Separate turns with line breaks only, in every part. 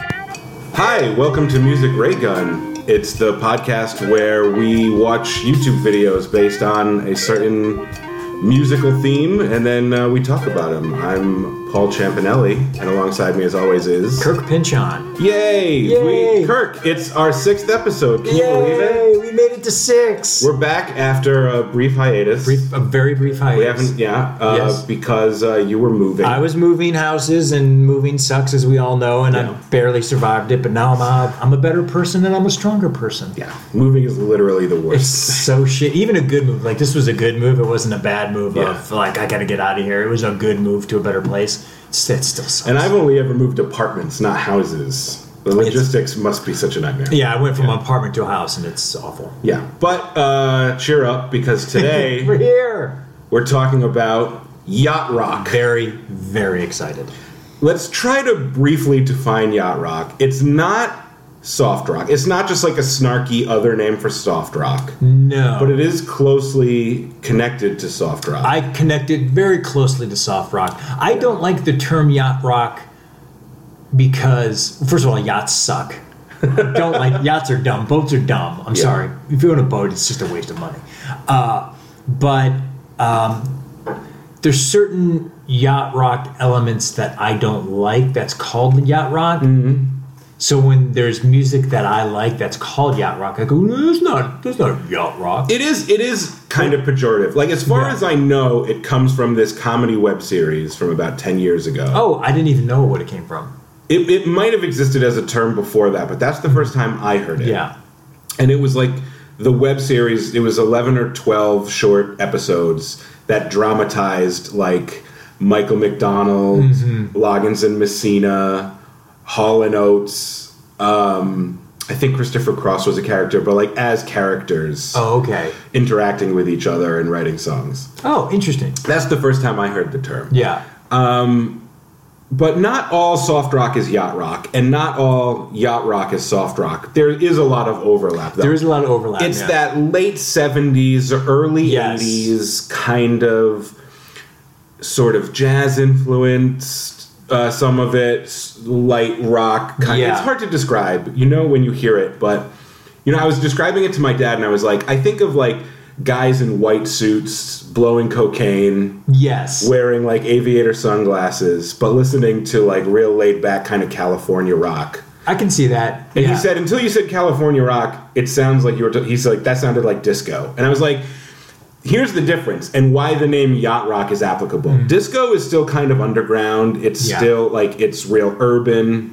Hi, welcome to Music Ray Gun. It's the podcast where we watch YouTube videos based on a certain musical theme and then uh, we talk about them. I'm Paul Champanelli, and alongside me, as always, is
Kirk Pinchon.
Yay!
Yay!
We, Kirk, it's our sixth episode. Can you believe it?
Yay! We made it to six.
We're back after a brief hiatus.
brief, a very brief hiatus.
We haven't, yeah, uh,
Yes.
because uh, you were moving.
I was moving houses, and moving sucks, as we all know, and
Yeah.
I barely survived it. But now I'm a, I'm a better person, and I'm a stronger person.
yeah, moving is literally the
It's
worst.
so shit. Even a good move, like this was a good move. It wasn't a bad move
Yeah.
of like I gotta get out of here. It was a good move to a better place. It's- It still sucks.
And I've only ever moved apartments, not houses. The logistics must be such a nightmare.
yeah, I went from an apartment to a house, and it's awful.
Yeah. But uh, cheer up because
We're
today
here.
we're talking about yacht rock.
Very, very excited.
Let's try to briefly define yacht rock. It's not soft rock. It's not just like a snarky other name for soft rock,
No,
but it is closely connected to soft rock.
I connected very closely to soft rock. I don't like the term yacht rock because, first of all, yachts suck. I don't like yachts are dumb. Boats are dumb. I'm
Yeah.
sorry. If you own a boat, it's just a waste of money. Uh, but um, there's certain yacht rock elements that I don't like. That's called yacht rock. So when there's music that I like that's called yacht rock, I go, no, that's not that's not yacht rock.
It is it is kind of pejorative. Like as far
Yeah.
as I know, it comes from this comedy web series from about ten years ago.
oh, I didn't even know what it came from.
It, it might have existed as a term before that, but that's the first time I heard it.
Yeah.
And it was like the web series, it was 11 or 12 short episodes that dramatized like Michael McDonald,
Mm-hmm.
Loggins and Messina, Hall and Oates. Um, I think Christopher Cross was a character, but like as characters
Oh, okay.
interacting with each other and writing songs.
Oh, interesting.
That's the first time I heard the term.
Yeah.
But not all soft rock is yacht rock, and not all yacht rock is soft rock. There is a lot of overlap. Though.
There is a lot of overlap.
it's
yeah.
that late seventies, early
Yes.
eighties kind of sort of jazz influenced. Uh, some of it s- light rock. Kind
Yeah.
It's hard to describe. You know when you hear it, but you know I was describing it to my dad, and I was like, I think of like guys in white suits blowing cocaine
Yes.
wearing like aviator sunglasses, but listening to like real laid back kind of California rock.
I can see that.
And
Yeah.
he said, until you said California rock, it sounds like you were. T-. He's like, that sounded like disco. And I was like, here's the difference and why the name yacht rock is applicable. Disco is still kind of underground. It's
Hmm. Yeah.
still like it's real urban.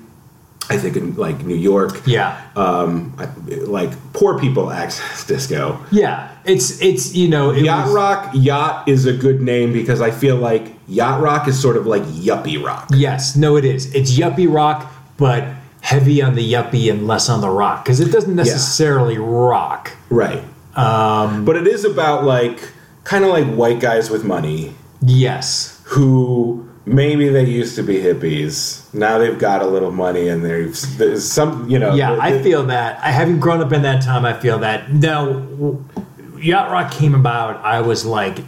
I think in like New York,
Yeah.
um, I- like poor people access disco.
yeah. It's it's you know it
Yacht
was-
rock, yacht is a good name because I feel like yacht rock is sort of like yuppie rock.
Yes. No, it is. It's yuppie rock, but heavy on the yuppie and less on the rock because it doesn't necessarily rock.
Right. Um, but it is about like kind of like white guys with money
Yes.
who maybe they used to be hippies. Now they've got a little money and there's, there's some, you know.
Yeah,
the-
I
the-
feel that. I having grown up in that time, I feel that. Now, w- yacht rock came about. I was like,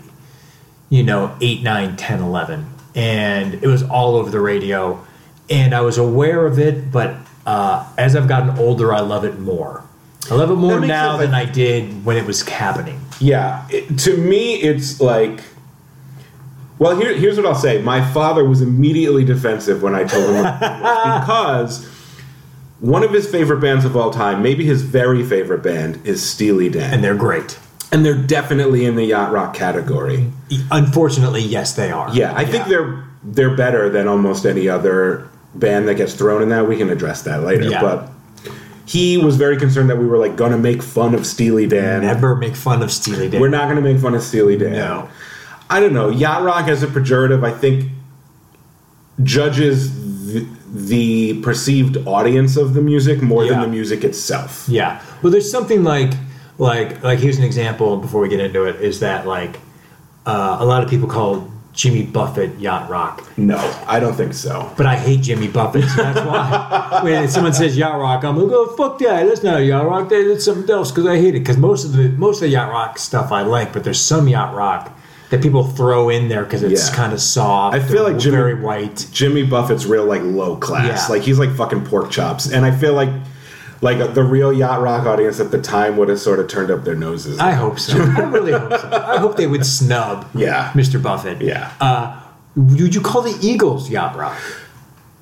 you know, eight, nine, ten, eleven, and it was all over the radio, and I was aware of it. But uh, as I've gotten older, I love it more. I love it more
makes
now
sense.
than I did when it was happening.
Yeah. It- to me, it's like. Well, here, here's what I'll say. My father was immediately defensive when I told him what it was because one of his favorite bands of all time, maybe his very favorite band, is Steely Dan.
And they're great.
and they're definitely in the yacht rock category.
Unfortunately, yes, they are.
Yeah, I think they're they're better than almost any other band that gets thrown in that. We can address that later.
Yeah.
But he was very concerned that we were like gonna make fun of Steely Dan.
never make fun of Steely Dan.
We're not gonna make fun of Steely Dan.
No.
I don't know. Yacht rock as a pejorative, I think, judges the, the perceived audience of the music more than
Yeah.
the music itself.
Yeah. Well, there's something like like like here's an example before we get into it is that like uh, a lot of people call Jimmy Buffett yacht rock,
No, I don't think so.
but I hate Jimmy Buffett, so that's why. when someone says yacht rock, I'm like, oh fuck that, that's not yacht rock, that- that's something else because I hate it. Because most of the most of the yacht rock stuff I like, but there's some yacht rock that people throw in there because it's
Yeah.
kind of soft.
I feel
or
like Jimmy-
very white.
Jimmy Buffett's real like low class.
Yeah.
Like he's like fucking pork chops, and I feel like like the real yacht rock audience at the time would have sort of turned up their noses.
I hope so. I really hope so. I hope they would snub
Yeah.
Mr. Buffett.
yeah.
Uh, would you call the Eagles yacht rock?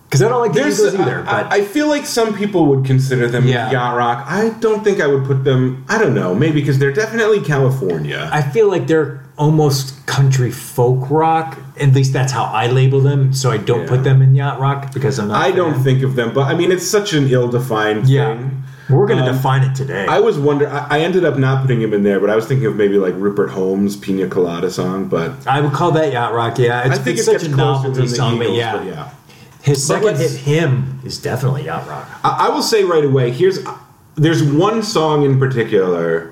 Because I don't like the
There's-
Eagles either.
I,
But
I feel like some people would consider them
Yeah.
yacht rock. I don't think I would put them. I don't know. Maybe because they're definitely California.
I feel like they're almost country folk rock. At least that's how I label them. So I don't
Yeah.
put them in yacht rock because I'm not. a
I don't
fan.
think of them, but I mean, it's such an ill-defined
Yeah,
thing.
we're gonna
Um,
define it today.
I was wonder. I, I ended up not putting him in there, but I was thinking of maybe like Rupert Holmes' Pina Colada song. But
I would call that yacht rock. Yeah,
I
it's
think
it's
it
such
gets
a
closer
novelty
than the
song, but
Eagles,
yeah.
but yeah.
his
But
second hit,
let's-
him, is definitely yacht rock.
I, I will say right away. Here's there's one song in particular.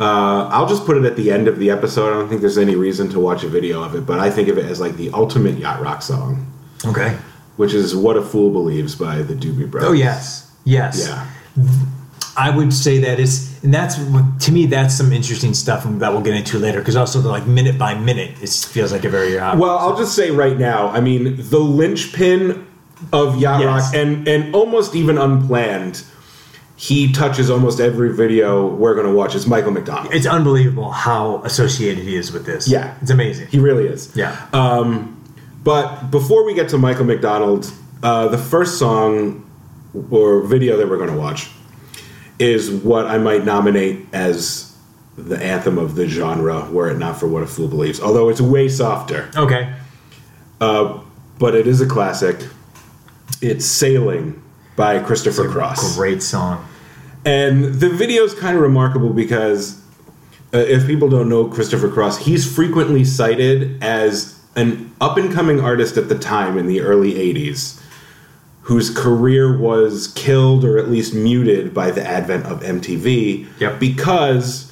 Uh, I'll just put it at the end of the episode. I don't think there's any reason to watch a video of it, but I think of it as like the ultimate yacht rock song,
Okay.
which is "What a Fool Believes" by the Doobie Brothers.
Oh yes, yes.
yeah,
I would say that is, and that's what- to me that's some interesting stuff that we'll get into later. Because also, the, like minute by minute, it feels like a very uh, yacht.
Well, I'll just say right now. I mean, the linchpin of yacht
Yes.
rock, and and almost even unplanned, he touches almost every video we're going to watch. Is Michael McDonald?
it's unbelievable how associated he is with this.
Yeah.
it's amazing.
he Um, really is.
yeah,
But before we get to Michael McDonald, uh, the first song or video that we're going to watch is what I might nominate as the anthem of the genre, were it not for What a Fool Believes. Although it's way softer,
okay.
but it is a classic. It's Sailing by Christopher Cross.
Great song.
And the video is kind of remarkable because uh, if people don't know Christopher Cross, he's frequently cited as an up and coming artist at the time in the early 80s whose career was killed or at least muted by the advent of MTV
Yep.
because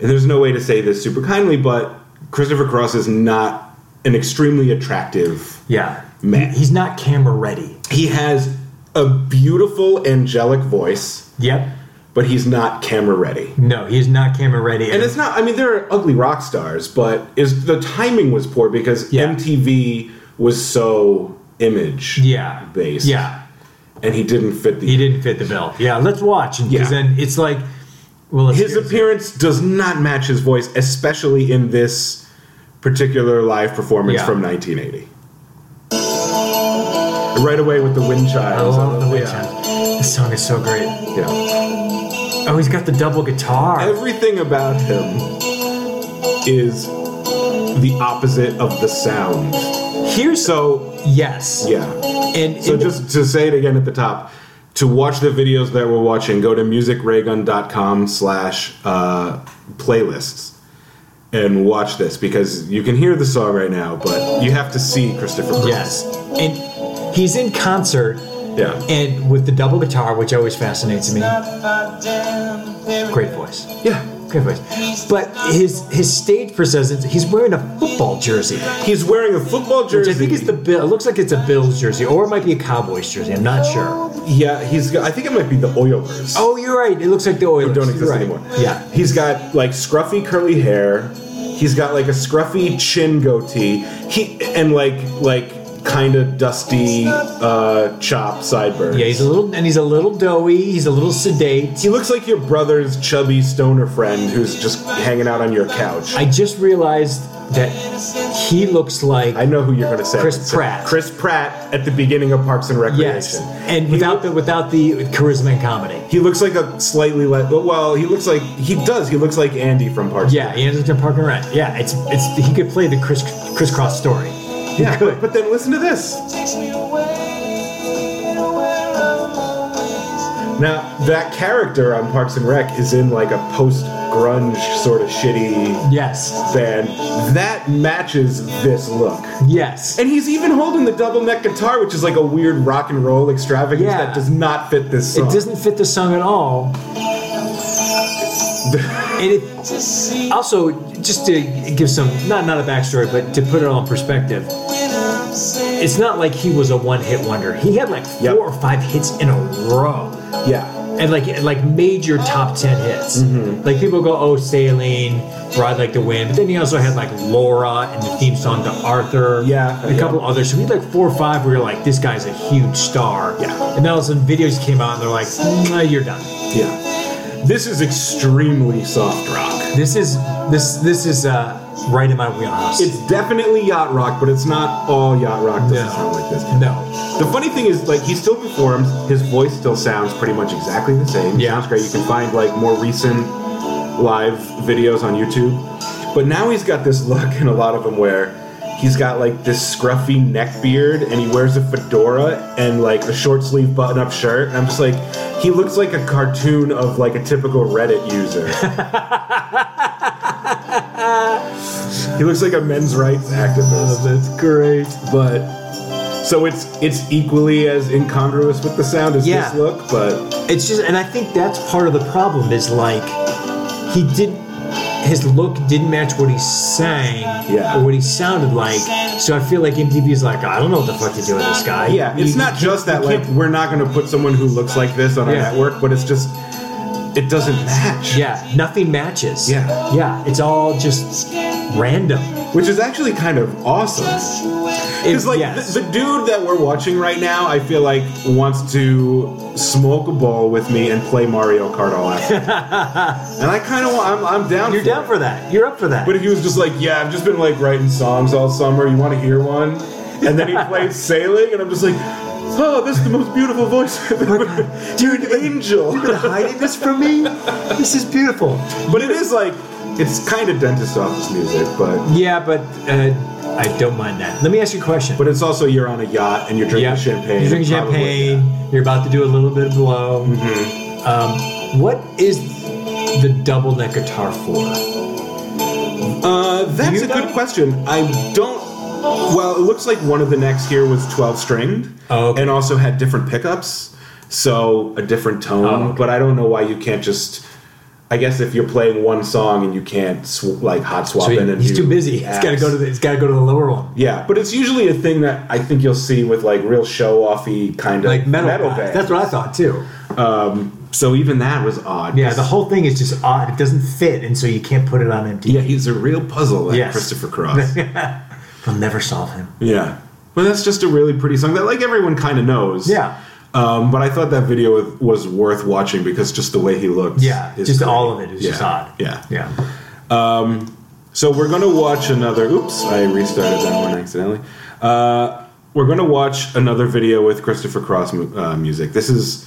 and there's no way to say this super kindly but Christopher Cross is not an extremely attractive
Yeah,
Man.
He- he's not camera ready.
he has a beautiful angelic voice
Yep.
but he's not camera ready
No, he's not camera ready.
And it's not. I mean, there are ugly rock stars, but is the timing was poor because
Yeah.
MTV was so image
yeah,
based.
Yeah,
and he didn't fit the.
he didn't fit the bill. Yeah, let's watch because
Yeah.
then it's like, well, let's
his
hear it.
appearance does not match his voice, especially in this particular live performance
Yeah.
from 1980. Right away with the wind chimes.
I love the wind
Yeah.
chime. Oh, This song is so great.
Yeah.
Oh, he's got the double guitar.
Everything about him is the opposite of the sound.
Here's
So
yes.
yeah.
And
So
and-
just to say it again at the top, to watch the videos that we're watching, go to musicraygun.com slash uh, playlists and watch this because you can hear the song right now, but you have to see Christopher Cross.
yes, and he's in concert
Yeah.
and with the double guitar, which always fascinates me. Great voice.
Yeah.
Great voice. But his his stage presence, he's wearing a football jersey,
He's wearing a football
which
jersey.
I think is the Bill. It looks like it's a Bills jersey, or it might be a Cowboys jersey. I'm not sure.
Yeah, he's got, I think it might be the Oilers.
Oh, you're right. It looks like the Oilers.
They don't
You're
exist
right.
anymore.
Yeah.
He's got like scruffy curly hair. He's got like a scruffy chin goatee. He and like like kind of dusty uh chop sideburns.
Yeah, he's a little and he's a little doughy. He's a little sedate.
he looks like your brother's chubby stoner friend who's just hanging out on your couch.
I just realized that he looks like
I know who you're going to say.
Chris Pratt.
Chris Pratt at the beginning of Parks and Recreation.
yes, and without the without the charisma and comedy.
He looks like a slightly less. Well, he looks like he does. He looks like Andy from Parks.
Yeah, Anderson Park and Rent. Yeah, it's it's he could play the Chris crisscross story. He
yeah.
could.
But, but then listen to this. Now that character on Parks and Rec is in like a post grunge sort of shitty
yes,
band that matches this look.
yes.
And he's even holding the double neck guitar, which is like a weird rock and roll extravagance
Yeah.
that does not fit this song.
It doesn't fit the song at all. and it also just to give some not not a backstory, but to put it all in perspective, it's not like he was a one hit wonder. He had like four
Yep.
or five hits in a row.
yeah.
and like like major top ten hits. Like people go, oh, Saline, Ride Like the Wind, but then he also had like Laura and the theme song to Arthur.
Yeah,
and a
yeah.
couple others. So we had like four or five where you're like, this guy's a huge star.
Yeah.
and then all of a sudden videos came out and they're like, nah, you're done.
Yeah. This is extremely soft rock.
This is this this is uh, right in my wheelhouse.
It's definitely yacht rock, but it's not all yacht rock. Doesn't
No.
sound like this.
no,
The funny thing is, like, he still performs. His voice still sounds pretty much exactly the same.
Yeah.
sounds great. You can find like more recent live videos on YouTube. But now he's got this look in a lot of them where he's got like this scruffy neck beard and he wears a fedora and like a short sleeve button up shirt. And I'm just like, he looks like a cartoon of like a typical Reddit user. he looks like a men's rights activist
Oh, that's great.
but so it's it's equally as incongruous with the sound as
Yeah.
this look, but
It's just, and I think that's part of the problem is like he did his look didn't match what he sang
Yeah.
or what he sounded like. So I feel like MTV is like, I don't know what the fuck to do with this guy.
yeah,
You-
it's not just that like we're not going to put someone who looks like this on our
Yeah.
network, but it's just it doesn't match.
Yeah, nothing matches.
Yeah.
yeah, it's all just random.
which is actually kind of awesome. Because
It's
like the, the dude that we're watching right now, I feel like wants to smoke a bowl with me and play Mario Kart all afternoon, and I kind of I'm I'm down.
you're
for
down
it.
for that. You're up for that.
But if he was just like, yeah, I've just been like writing songs all summer. You want to hear one? And then he played sailing, and I'm just like, oh, this is the most beautiful voice, dude, angel.
You're hiding this from me. This is beautiful.
But it is like, it's kind of dentist office music, but
Yeah, but uh, I don't mind that. Let me ask you a question.
but it's also you're on a yacht and you're drinking
Yeah.
champagne.
You're drinking
Probably,
champagne.
yeah. Mm-hmm.
You're about to do a little bit of blow. Um, what is the double neck guitar for?
Uh, that's
you
a good
know?
question. I don't. Well, it looks like one of the necks here was 12 stringed,
Oh, okay.
and also had different pickups, so a different tone.
Oh, okay.
But I don't know why you can't just. I guess if you're playing one song and you can't sw- like hot swap
So
in and
he's
do
too busy. It's got to
apps.
go to the. It's got to go to the lower one.
yeah, but it's usually a thing that I think you'll see with like real show offy kind of
Like metal. rock.
bands.
That's what I thought too.
so even that was odd.
Yeah, the whole thing is just odd. It doesn't fit, and so you can't put it on empty.
yeah, he's a real puzzle. That
Yes.
Christopher Cross.
They'll never solve him.
Yeah. Well, that's just a really pretty song that, like, everyone kind of knows.
Yeah.
Um, but I thought that video was- was worth watching because just the way he looked.
Yeah,
is
just
great.
all of it is
yeah.
just odd.
Yeah.
yeah.
So we're going to watch another. Oops, I restarted that one accidentally. Uh, we're going to watch another video with Christopher Cross mu- uh, music. This is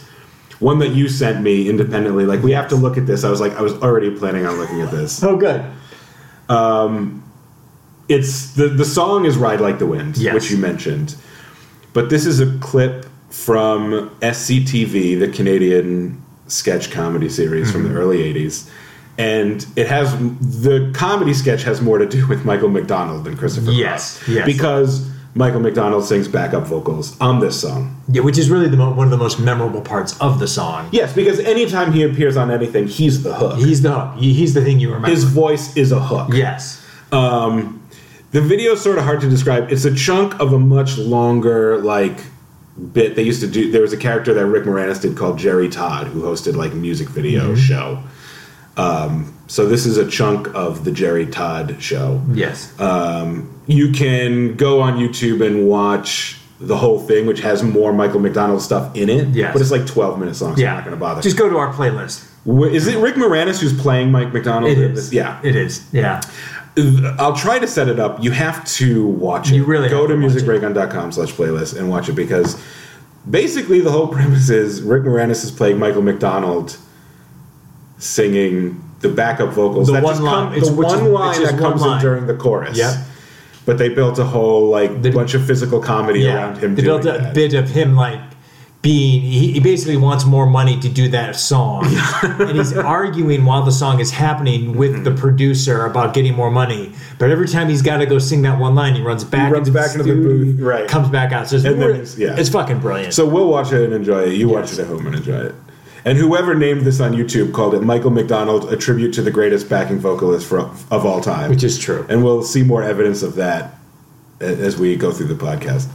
one that you sent me independently. Like, we have to look at this. I was like, I was already planning on looking at this.
Oh, good.
it's the the song is "Ride Like the Wind,"
Yes.
which you mentioned, but this is a clip from SCTV, the Canadian sketch comedy series from
Mm-hmm.
the early '80s, and it has the comedy sketch has more to do with Michael McDonald than Christopher.
Yes,
Cross,
yes.
because Michael McDonald sings backup vocals on this song.
Yeah, which is really the mo- one of the most memorable parts of the song.
Yes, because anytime he appears on anything, he's the hook.
He's the hook. He- He's the thing you remember.
His voice is a hook.
yes.
The video is sort of hard to describe. It's a chunk of a much longer like bit they used to do. There was a character that Rick Moranis did called Jerry Todd, who hosted like a music video
Mm-hmm.
show. Um, so this is a chunk of the Jerry Todd show.
Yes.
You can go on YouTube and watch the whole thing, which has more Michael McDonald stuff in it.
Yes.
but it's like twelve minutes long. So yeah, I'm not going to bother.
Just go to our playlist.
Wh- is it Rick Moranis who's playing Mike McDonald?
It
in
is.
this? Yeah,
It is. Yeah.
I'll try to set it up. You have to watch it.
You really
go
have
to
to watch it.
musicbreakdown.com slash playlist and watch it because basically the whole premise is Rick Moranis is playing Michael McDonald singing the backup vocals.
The
that
one
just
line.
Come,
It's-
the
which is-
one line
it's
that
just
comes
one line.
in during the chorus.
Yep.
But they built a whole like
They-
bunch of physical comedy around him.
They
doing
built a
that.
bit of him like being. He, he basically wants more money to do that song, and he's arguing while the song is happening with the
Hmm.
producer about getting more money. But every time he's got to go sing that one line, he runs back.
runs
into
back
the
into the
studio,
booth, right.
Comes back out. So it's,
And then
really-
it's- yeah.
it's fucking brilliant.
So we'll watch it and enjoy it. You watch it at home and enjoy it. And whoever named this on YouTube called it Michael McDonald, a tribute to the greatest backing vocalist for, of all time.
Which is true.
And we'll see more evidence of that a- as we go through the podcast.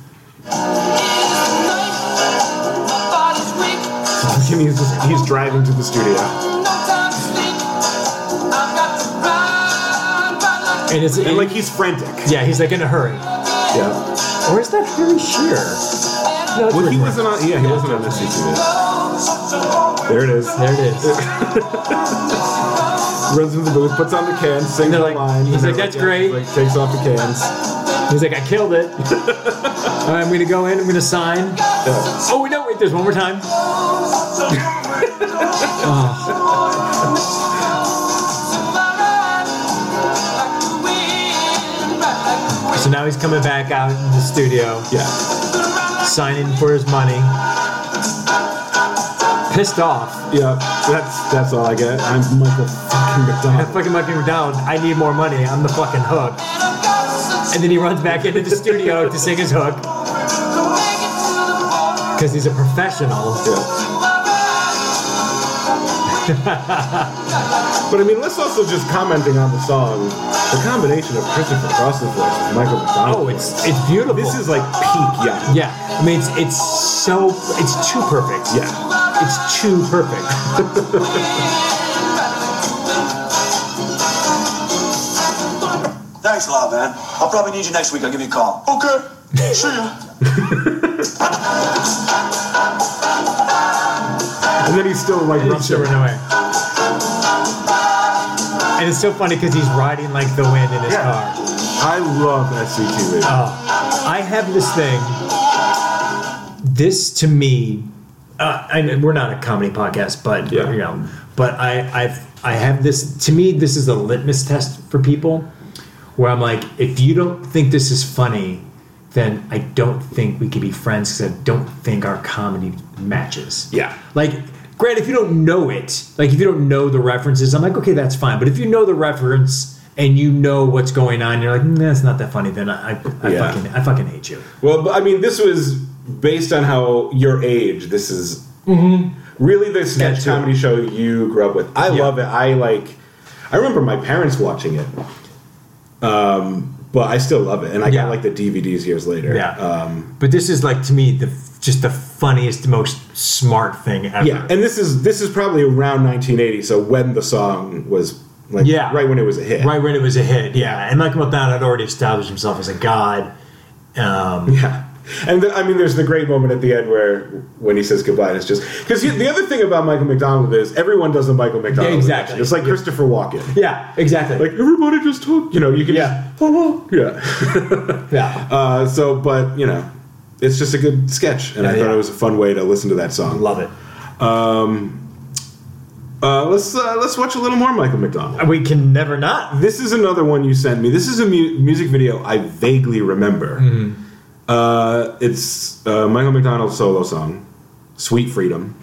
and he's just, he's driving to the studio.
And it's
And like he's frantic.
yeah, he's like in a hurry.
Yeah.
Or is that Harry Shearer? No, it's
Well, he
Rick
wasn't on. Yeah, he wasn't on this season. There it is.
Ross. There it is.
Runs into the booth, puts on the cans, sings the
they're like-
line. and
he's like,
they're
"That's
yeah,"
great.
Like, takes off the cans.
He's like, I killed it. I'm gonna go in. I'm gonna sign.
Yeah.
Oh wait, no, wait. There's one more time. So now he's coming back out in the studio,
Yeah.
signing for his money. Pissed off.
Yeah. That's that's all I get. I'm Michael fucking
I
McDonald.
fucking Michael McDonald. I need more money. I'm the fucking hook. And then he runs back into the studio to sing his hook because he's a professional.
Yeah. but I mean, let's also just commenting on the song. The combination of Christopher Cross's voice and Michael McDonald.
Oh, it's it's beautiful.
this is like peak young.
yeah. I mean, it's it's so it's too perfect.
Yeah.
It's too perfect.
Thanks a lot, man. I'll probably need you next week. I'll give you a call. Okay. See ya.
And then he's still like
It's
rushing.
super annoying. And it's so funny because he's riding like the wind in his
Yeah.
car.
I love SCTV.
Oh, I have this thing. This to me, uh, and we're not a comedy podcast, but
Yeah.
you know, but I, I've, I have this. To me, this is a litmus test for people, where I'm like, if you don't think this is funny, then I don't think we can be friends because I don't think our comedy matches.
Yeah.
Like, Grant, if you don't know it, like if you don't know the references, I'm like, okay, that's fine. But if you know the reference and you know what's going on, you're like, nah, it's not that funny. Then I, I, I
Yeah.
fucking, I fucking hate you.
Well, but, I mean, this was based on how your age. This is really the sketch
Sketch, Mm-hmm. yeah.
comedy show you grew up with. I
Yeah.
love it. I like. I remember my parents watching it, um, but I still love it, and I
Yeah.
got like the DVDs years later.
Yeah.
Um,
But this is like to me the just the funniest, most smart thing ever.
yeah, and this is this is probably around 1980, so when the song was like,
Yeah.
right when it was a hit,
right when it was a hit, yeah. And Michael McDonald had already established himself as a god. Um,
Yeah. And the, I mean, there's the great moment at the end where when he says goodbye, and it's just because the other thing about Michael McDonald is everyone does a Michael McDonald.
exactly.
impression. It's like
Yeah.
Christopher Walken.
yeah, exactly.
Like everybody just talk. You know, you can.
Yeah.
Just, oh, oh, yeah.
yeah.
Uh, so, but you know, it's just a good sketch, and I
Yeah.
thought it was a fun way to listen to that song.
Um, Love it.
Uh, let's uh, let's watch a little more Michael McDonald.
We can never not.
This is another one you sent me. This is a mu- music video I vaguely remember.
Mm-hmm.
Uh, it's uh, Michael McDonald's solo song, "Sweet Freedom,"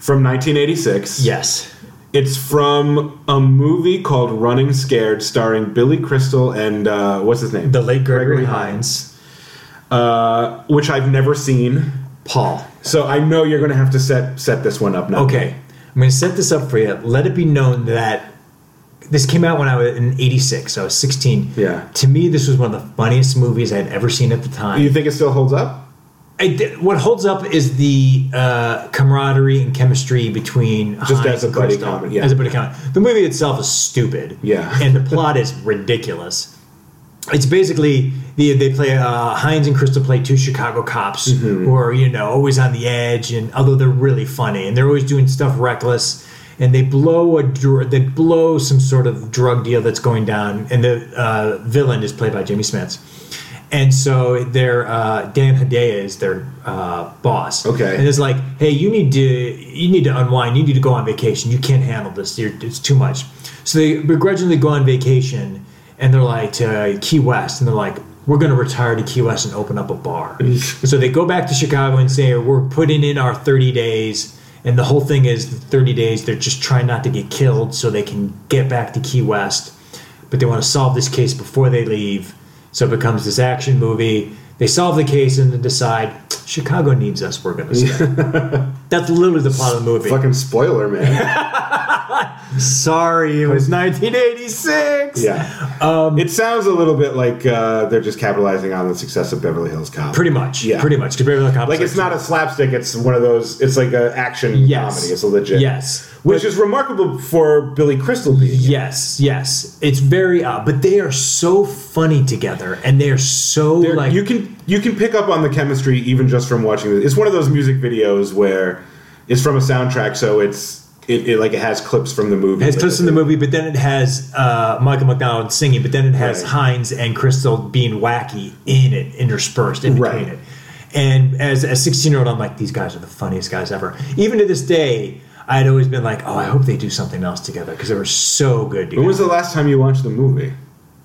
from 1986.
Yes.
It's from a movie called Running Scared, starring Billy Crystal and uh, what's his name,
The late Gregory,
Gregory
Hines.
uh, which I've never seen.
Paul.
So I know you're going to have to set set this one up now.
Okay, I'm going to set this up for you. Let it be known that this came out when I was in '86, so I was 16.
Yeah.
To me, this was one of the funniest movies I had ever seen at the time.
Do you think it still holds up?
I did- what holds up is the uh, camaraderie and chemistry between
Just
Hines
as a
and
buddy
Crystal.
comedy, yeah.
As a buddy comedy, the movie itself is stupid.
Yeah.
and the plot is ridiculous. It's basically the, they play uh, Hines and Crystal play two Chicago cops who are you know always on the edge, and although they're really funny and they're always doing stuff reckless. And they blow a dr- they blow some sort of drug deal that's going down, and the uh, villain is played by Jimmy Smits. And so their uh, Dan Hedaya is their uh, boss.
Okay.
And it's like, hey, you need to you need to unwind. You need to go on vacation. You can't handle this. You're, it's too much. So they begrudgingly go on vacation, and they're like to Key West, and they're like, we're going to retire to Key West and open up a bar. so they go back to Chicago and say, we're putting in our 30 days. And the whole thing is the 30 days, they're just trying not to get killed so they can get back to Key West but they want to solve this case before they leave. So it becomes this action movie. They solve the case and then decide Chicago needs us. We're going to stay. That's literally the plot of the movie.
Fucking spoiler, man.
Sorry, it was 1986.
Yeah.
Um,
it sounds a little bit like uh, they're just capitalizing on the success of Beverly Hills Cop.
Pretty much.
Yeah.
Pretty much. 'Cause Beverly Hills Cop
Like
was
it's not a slapstick. It's one of those. It's like an action
Yes.
comedy. It's a legit.
Yes.
Which is remarkable for Billy Crystal being. in it.
Yes, yes. It's very odd, but they are so funny together and they're so
They're-
like
you can you can pick up on the chemistry even just from watching this. It's one of those music videos where it's from a soundtrack, so it's it, it like it has clips from the movie.
It has clips in the movie, but then it has uh, Michael McDonald singing, but then it has
Right.
Hines and Crystal being wacky in it, interspersed in between
Right.
it. And as a 16 year old, I'm like, these guys are the funniest guys ever. Even to this day, I had always been like, oh, I hope they do something else together because they were so good together.
When was the last time you watched the movie?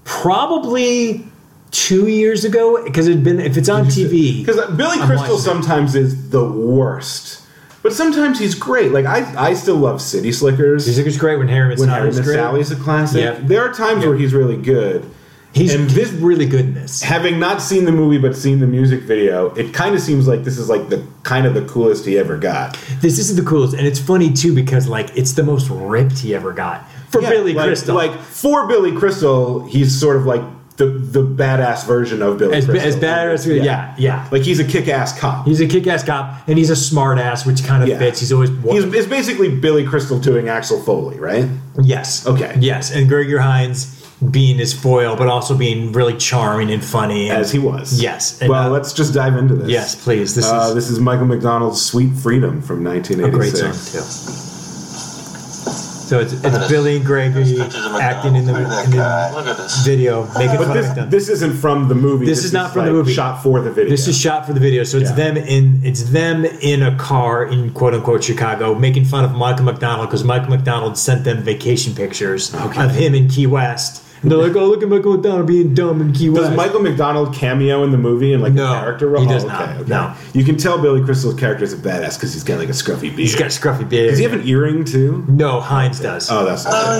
Probably two years ago because it'd been if it's on TV.
Because Billy
I'm
Crystal
watching it.
sometimes is the worst, but sometimes he's great. Like I I still love City Slickers.
Music is great when Harry Met
when
Sally
Harry
is
Met
great.
Sally's a classic.
Yeah.
There are times where he's really good.
He's
and
he's
this-
really good in this.
Having not seen the movie but seen the music video, it kind of seems like this is like the kind of the coolest he ever got.
This is the coolest, and it's funny too because like it's the most ripped he ever got for
Yeah,
Billy
like,
Crystal.
Like for Billy Crystal, he's sort of like the the badass version of Billy
as, ba-
Crystal.
as bad as yeah. yeah,
Like he's a kick-ass cop.
He's a kick-ass cop, and he's a smart ass, which kind of
Yeah.
fits. He's always
He's, it's basically Billy Crystal doing Axel Foley, right?
yes,
Okay.
yes, and Gregor Hines being his foil, but also being really charming and funny. And,
As he was.
Yes, and,
well,
uh,
let's just dive into this.
yes, please. This
Uh,
is
this is Michael McDonald's "Sweet Freedom" from
a great
1986.
song too. So it's, it's
this.
Billy and Gregor
Pictures of
acting in the,
Look at
in
that
the
guy. Look at this.
video, making fun of
This,
them.
this isn't from the movie.
This is not from the movie.
Shot for the video.
This is shot for the video, so it's
Yeah.
them in it's them in a car in quote unquote Chicago, making fun of Michael McDonald because Michael McDonald sent them vacation pictures of him in Key West. And they're like, "Oh, look at Michael McDonald being dumb in Key
Does
West."
Michael McDonald cameo in the movie and like
No,
a character role?
he does
Oh, okay,
not.
okay.
No.
you can tell Billy Crystal's character is a badass because he's got like a scruffy beard.
He's got a scruffy beard.
Does he have an earring too?
no, Hines does.
Oh, that's
Uh,
not it.
Oh,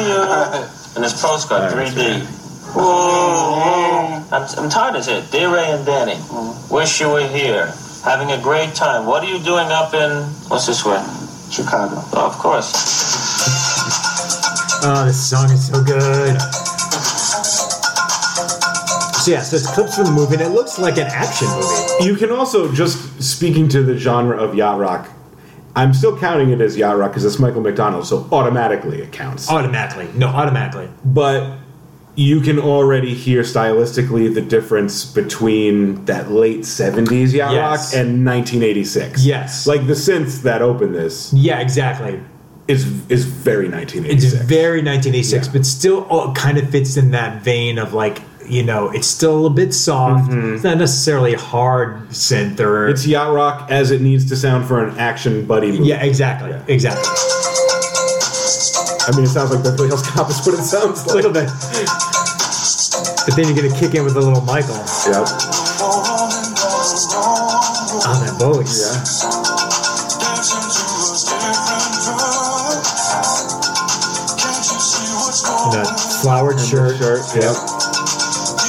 yeah. And it's postcard,
All right,
3D. I'm, I'm tired of it. Dear Ray and Danny, wish you were here. Having a great time. What are you doing up in... What's this word?
Chicago.
Oh, of course.
Oh, this song is so good. So yeah, so it's clips from the movie, and it looks like an action movie.
You can also just speaking to the genre of yacht rock. I'm still counting it as yacht rock because it's Michael McDonald, so automatically it counts.
Automatically, no, automatically.
but you can already hear stylistically the difference between that late 70s yacht rock
Yes.
and 1986
Yes.
like the synth that opened this
Yeah, exactly.
is is very 1986
It's very 1986,
Yeah.
but still all kind of fits in that vein of like, you know, it's still a bit soft. It's not necessarily hard synth or.
Mm-hmm. It's yacht rock as it needs to sound for an action buddy movie
yeah, exactly. Exactly.
i mean it sounds like beverly hills cop is what it sounds
A
like
little bit. But then you're going to kick in with a little Michael on
yep
that voice.
yeah
And that flowered shirt.
sure yep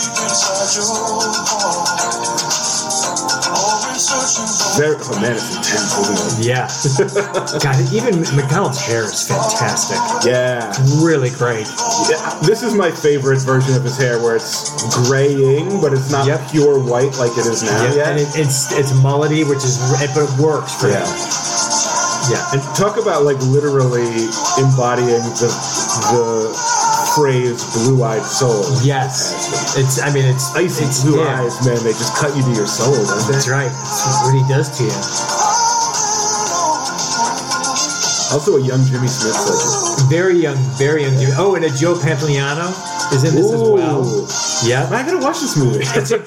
very oh man it's intense isn't
Yeah. God, even McDonald's hair is fantastic.
it yeah
Really great.
Yeah, This is my favorite version of his hair, where it's graying, but it's not
Yep.
pure white like it is now.
And it, it's it's mullety, which is but it works for
Yeah.
him. Yeah.
And talk about like literally embodying the the phrase "blue-eyed soul."
Yes, it's. I mean, it's
icy
it's,
blue
yeah.
eyes, man. They just cut you to your soul, don't
That's
they?
right. It's what he does to you.
Also, a young Jimmy Smith. Song.
Very young, very young. dude. Oh, and a Joe Pantoliano is in this as well. Yeah.
I gotta watch this movie.
It's a,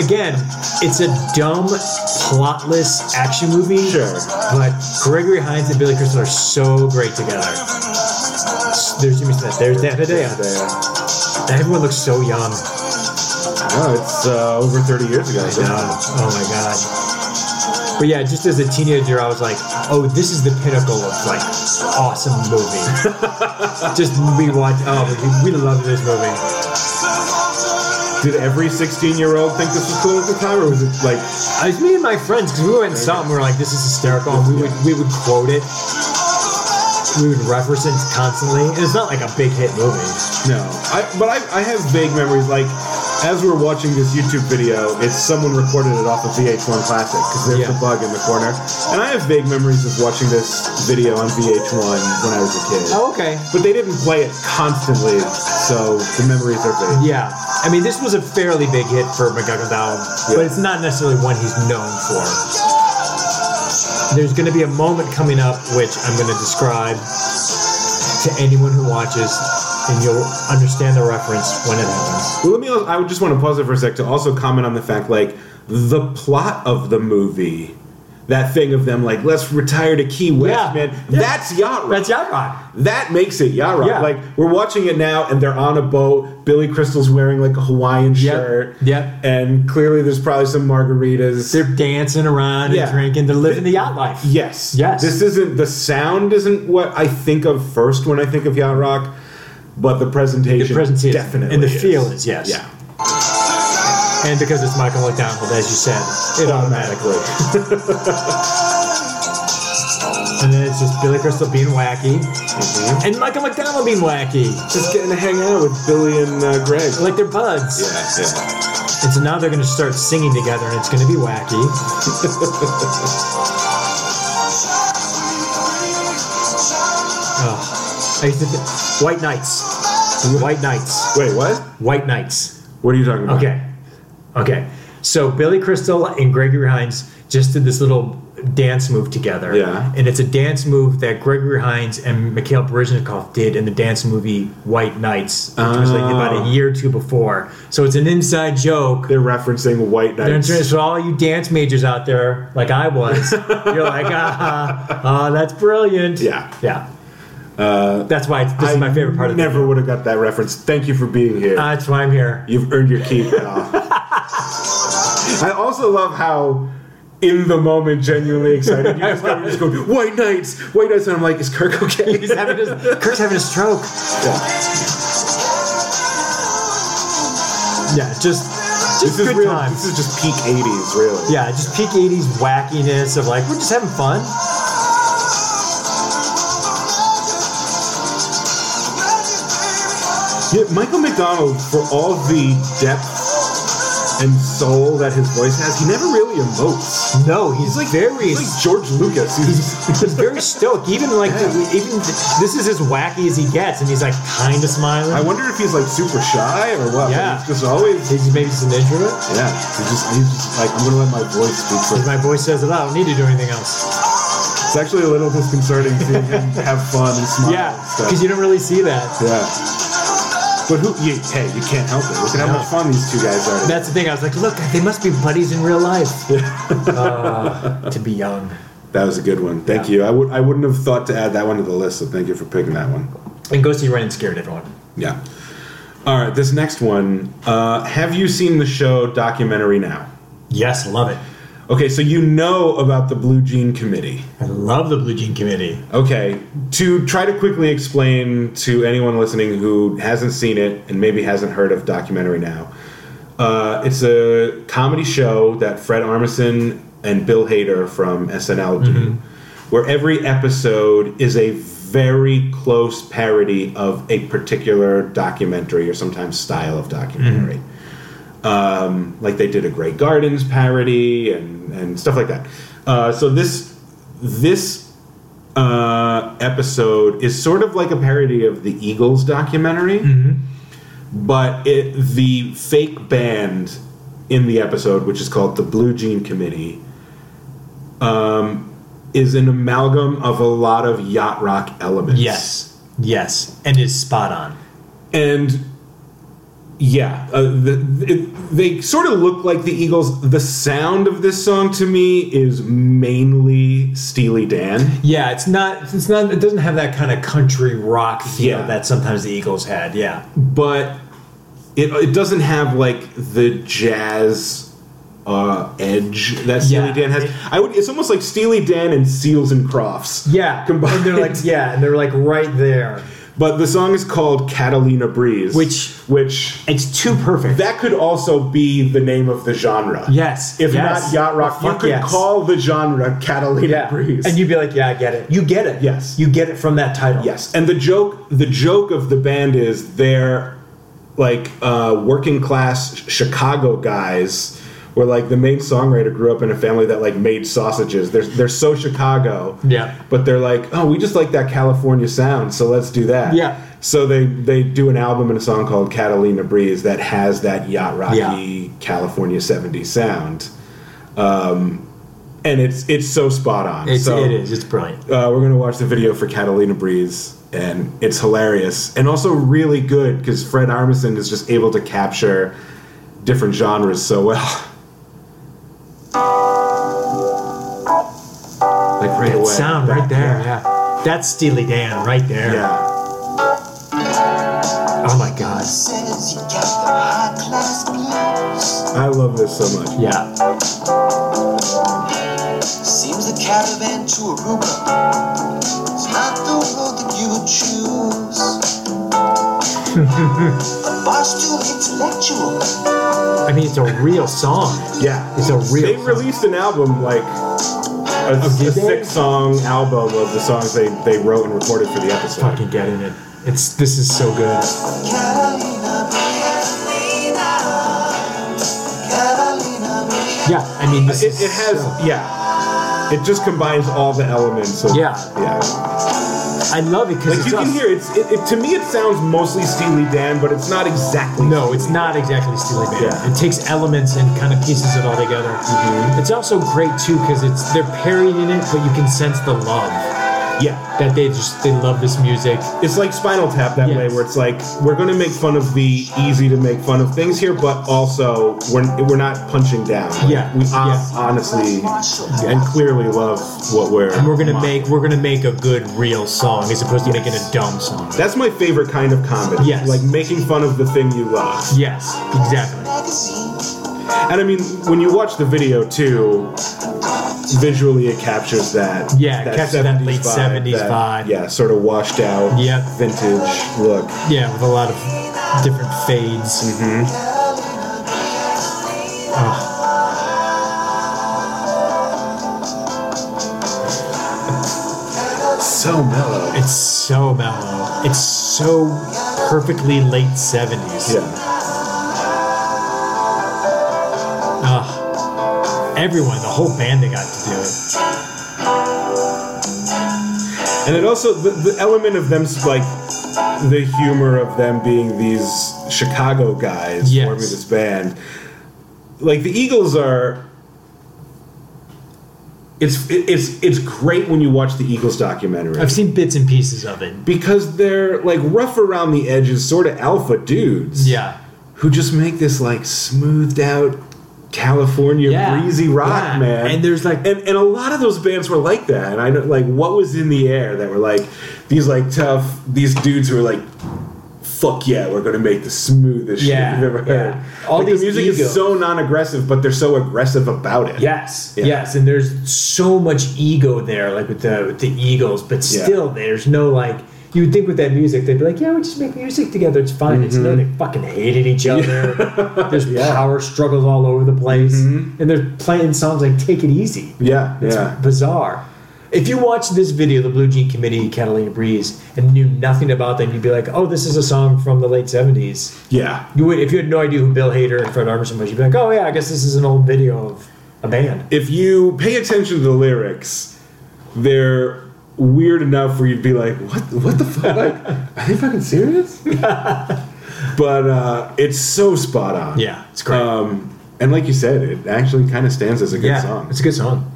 again, it's a dumb, plotless action movie.
Sure.
But Gregory Hines and Billy Crystal are so great together. There's Jimmy Smith. There's Dan Hedaya.
Yeah.
Everyone looks so young.
No, it's uh, over 30 years ago.
No. Oh my god. But yeah, just as a teenager, I was like, oh, this is the pinnacle of like awesome movie. just we watch. Oh, we, we love this movie.
Did every 16-year-old think this was cool at the time, or was it like
I was me and my friends because we went and saw it. and We were like, this is hysterical, and we would we would quote it. we would reference it constantly. And it's not like a big hit movie.
No, I, but I, I have vague memories. Like as we're watching this YouTube video, it's someone recorded it off of VH1 Classic because there's
Yeah.
a bug in the corner, and I have vague memories of watching this video on VH1 when I was a kid.
okay.
But they didn't play it constantly, so the memories are vague.
Yeah, I mean, this was a fairly big hit for McGuckin but
Yeah.
it's not necessarily one he's known for. There's going to be a moment coming up which I'm going to describe to anyone who watches, and you'll understand the reference when it happens.
Well, let me. I would just want to pause it for a sec to also comment on the fact, like the plot of the movie, that thing of them like let's retire to Key West,
Yeah.
man.
Yeah.
That's yacht rock.
That's Yacht Rock.
That makes it yacht rock.
Yeah.
Like we're watching it now, and they're on a boat. Billy Crystal's wearing like a Hawaiian
Yep.
shirt.
Yep.
And clearly, there's probably some margaritas.
They're dancing around
Yeah.
and drinking. They're living the yacht life.
yes.
Yes.
This isn't the sound. Isn't what I think of first when I think of yacht rock, but the presentation.
The presence is,
definitely
and the
is.
feel is yes.
Yeah.
And because it's Michael McDonald, as you said, it automatically. and then it's just Billy Crystal being wacky, and Michael McDonald being wacky,
Mm-hmm. Just getting to hang out with Billy and uh, Greg.
like they're buds.
yeah, yeah.
And so now they're going to start singing together, and it's going to be wacky. oh, I used to th- White Nights, White Nights,
Wait, what?
White Nights.
What are you talking about?
Okay. Okay. So Billy Crystal and Gregory Hines just did this little dance move together.
Yeah.
And it's a dance move that Gregory Hines and Mikhail Baryshnikov did in the dance movie White Knights, which was like about a
Oh.
year or two before. So it's an inside joke.
They're referencing White
They're
Knights.
So all you dance majors out there, like I was, you're like, ah, ah, that's brilliant.
Yeah.
Yeah. that's why it's, this is my favorite part of the Ah,
Never would have got that reference. Thank you for being here.
That's why I'm here.
You've earned your keep. pal. I also love how. In the moment, genuinely excited. You just, go, you just go, White Knights, White Knights, and I'm like, is Kirk okay?
He's having his, Kurt's having a stroke.
Yeah.
Yeah, just just
This is
good
real.
times.
This is just peak '80s, really.
yeah, just peak '80s wackiness of like we're just having fun.
Yeah, Michael McDonald, for all the depth and soul that his voice has, he never really emotes.
No, he's, like very
He's like George Lucas. He's,
he's very stoic. Even like
Yeah.
even this is as wacky as he gets, and he's like kind of smiling.
I wonder if he's like super shy or what. but
Yeah.
He's just always.
he's maybe just an introvert.
Yeah. He's just, he's just like, I'm going to let my voice speak for
If My voice says it. I don't need to do anything else.
It's actually a little disconcerting seeing him have fun and smile.
Yeah,
And
because
stuff.
you don't really see that.
yeah. But who? You, hey, you can't help it. Look at how
No.
much fun these two guys are.
That's the thing. I was like, look, they must be buddies in real life. Uh, to be young.
that was a good one. Thank
Yeah.
you. I would. I wouldn't have thought to add that one to the list. So thank you for picking that one.
And go see Ren and Scared Everyone.
Yeah. All right. This next one. Uh, have you seen the show documentary now?
Yes, love it.
Okay, so you know about the Blue Jean Committee.
I love the Blue Jean Committee.
Okay, to try to quickly explain to anyone listening who hasn't seen it and maybe hasn't heard of Documentary Now, uh, it's a comedy show that Fred Armisen and Bill Hader from SNL do, where every episode is a very close parody of a particular documentary or sometimes style of documentary. Um, like they did a Grey Gardens parody and, and stuff like that. Uh, so this this uh, episode is sort of like a parody of the Eagles documentary, but it, the fake band in the episode, which is called the Blue Jean Committee, um, is an amalgam of a lot of yacht rock elements.
Yes, yes, and is spot on.
and yeah, uh, the, it, they sort of look like the Eagles. The sound of this song to me is mainly Steely Dan.
Yeah, it's not. It's not. It doesn't have that kind of country rock feel
Yeah.
that sometimes the Eagles had. Yeah,
but it, it doesn't have like the jazz uh, edge that Steely
Yeah.
Dan has. I would. It's almost like Steely Dan and Seals and Crofts.
yeah.
combined.
And they're like, yeah, and they're like right there.
But the song is called Catalina Breeze,
Which-
which
It's too perfect.
that could also be the name of the genre.
Yes,
If
yes.
not yacht rock, you
Fuck
could
yes.
call the genre Catalina
yeah.
Breeze.
And you'd be like, yeah, I get it. You get it.
Yes.
You get it from that title.
Yes, and the joke the joke of the band is they're like uh, working class Chicago guys. Where like the main songwriter grew up in a family that like made sausages. They're they're so Chicago.
Yeah.
But they're like, oh, we just like that California sound, so let's do that.
Yeah.
So they they do an album and a song called Catalina Breeze that has that yacht rocky
Yeah.
California '70s sound. Um, and it's it's so spot on.
It's,
so
it is. It's brilliant.
uh, we're gonna watch the video for Catalina Breeze, and it's hilarious and also really good because Fred Armisen is just able to capture different genres so well. Like right
That
away,
sound
That-
right there. Yeah. That's Steely Dan right there.
Yeah,
Oh my God.
Says you got the high class blues.
I love this so much.
Yeah.
Seems the caravan to Aruba is not the road that you would choose. a boss too intellectual.
I mean, it's a real song.
Yeah,
It's a real
They
song. Oh,
released an album like a,
did they?
six song album of the songs they they wrote and recorded for the episode.
Fucking get in it. It's this is so good.
Catalina Breeze. Catalina Breeze.
Yeah. I mean, this
It,
is
it has
so-
yeah. It just combines all the elements of
Yeah.
yeah.
I love it because
Like you can hear it's it, it, to me it sounds mostly Steely Dan, but it's not exactly.
No, it's not exactly Steely Dan.
Yeah. Mm-hmm.
It takes elements and kind of pieces it all together. It's also great too because it's they're parodying it, but you can sense the love
Yeah,
that they just they love this music.
it's like Spinal Tap that
Yes.
way, where it's like we're gonna make fun of the easy to make fun of things here, but also we're we're not punching down. Like,
Yeah,
we hon-
yeah.
honestly and clearly love what we're.
And we're gonna
modeling.
make we're gonna make a good real song as opposed to making a dumb song.
That's my favorite kind of comedy.
Yes.
like making fun of the thing you love.
yes, exactly.
Magazine.
And I mean, when you watch the video too, visually it captures that.
Yeah, it captures that late 70s vibe.
Yeah, sort of washed out,
Yep.
vintage look.
Yeah, with a lot of different fades.
Mm-hmm.
Oh.
So mellow.
It's so mellow. It's so perfectly late seventies.
Yeah.
Ugh. Everyone, the whole band, they got to do it.
And it also, the, the element of them, like, the humor of them being these Chicago guys
Yes.
forming this band. Like, the Eagles are. It's, it- it's it's great when you watch the Eagles documentary.
I've seen bits and pieces of it.
because they're like rough around the edges, sort of alpha dudes.
Yeah.
Who just make this like smoothed out California
Yeah.
breezy rock,
Yeah.
man.
And there's, like-
and, and a lot of those bands were like that. And I know like what was in the air that were like these like tough these dudes who were like Fuck yeah, we're gonna make the smoothest
Yeah,
shit you've ever
yeah.
heard.
All
Like,
these
the music
egos.
is so non-aggressive, but they're so aggressive about it.
Yes.
Yeah.
Yes. And there's so much ego there, like with the with the Eagles, but
Yeah.
still, there's no like. You would think with that music, they'd be like, "Yeah, we just make music together. It's fine." It's
Mm-hmm.
no, they fucking hated each other. there's power struggles all over the place,
Mm-hmm.
and they're playing songs like "Take It Easy."
yeah,
It's
yeah.
bizarre. If you watch this video, the Blue Jean Committee, Catalina Breeze, and knew nothing about them, you'd be like, "Oh, this is a song from the late '70s."
yeah.
You would, if you had no idea who Bill Hader and Fred Armisen was, you'd be like, "Oh yeah, I guess this is an old video of a band."
if you pay attention to the lyrics, they're weird enough where you'd be like, "What? What the fuck? Like, are they fucking serious?" but uh, it's so spot on.
Yeah, it's great.
Um, and like you said, it actually kind of stands as a good
Uh, yeah,
song.
it's a good song.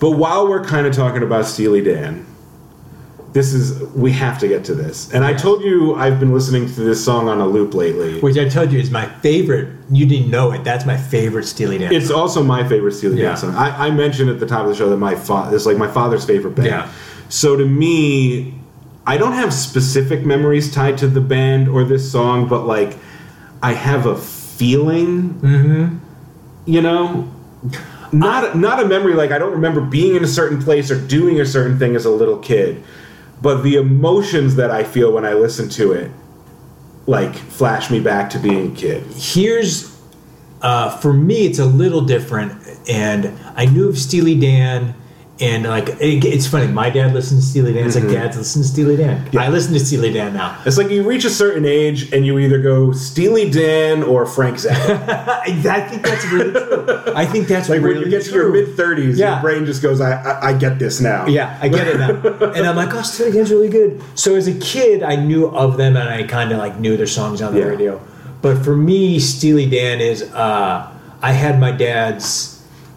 But while we're kind of talking about Steely Dan, this is we have to get to this. And I told you I've been listening to this song on a loop lately.
Which I told you is my favorite. You didn't know it. That's my favorite Steely Dan.
It's also my favorite Steely
Yeah.
Dan song. I, I mentioned at the top of the show that my father it's like my father's favorite band.
Yeah.
So to me, I don't have specific memories tied to the band or this song, but like I have a feeling.
Mm-hmm.
You know. Not not a memory like I don't remember being in a certain place or doing a certain thing as a little kid, But the emotions that I feel when I listen to it, like, flash me back to being a kid.
here's uh, for me it's a little different and i knew of steely dan and like it, it's funny my dad listens to steely dan it's
Mm-hmm.
like dad's listen to steely dan i listen to steely dan now
It's like you reach a certain age and you either go Steely Dan or Frank Zappa.
i, I think that's really true i think that's
like
really
when you get to
true.
your mid thirties,
Yeah.
your brain just goes, I, I I get this now.
yeah, I get it now. and I'm like, oh, Steely Dan's really good. So as a kid, I knew of them and I kind of like knew their songs on the
Yeah.
radio. But for me, Steely Dan is, uh, I had my dad's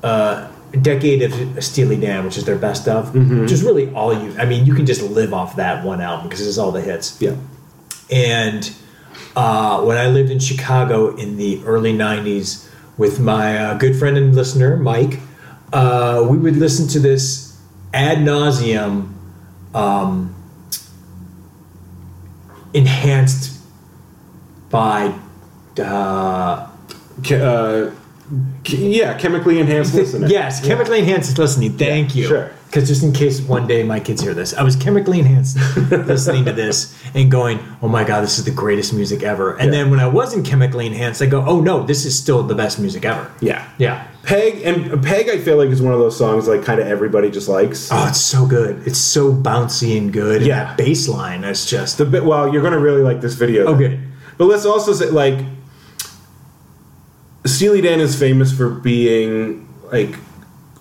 uh, decade of Steely Dan, which is their best of, which is really all you, I mean, you can just live off that one album because it's all the hits.
Yeah.
And uh, when I lived in Chicago in the early 90s with my uh, good friend and listener, Mike, uh, we would listen to this ad nauseum um, enhanced by. Uh,
Ke- uh, ke- yeah, chemically enhanced listening.
yes, chemically enhanced listening. Thank you.
sure.
Because just in case one day my kids hear this, I was chemically enhanced listening to this and going, "Oh my god, this is the greatest music ever." And
Yeah.
then when I wasn't chemically enhanced, I go, "Oh no, this is still the best music ever."
Yeah.
Yeah.
Peg and Peg, I feel like is one of those songs like kind of everybody just likes.
Oh, it's so good. It's so bouncy and good.
Yeah.
And that bass line is just
The bit, well, you're gonna really like this video.
Oh, good.
But let's also say like Steely Dan is famous for being like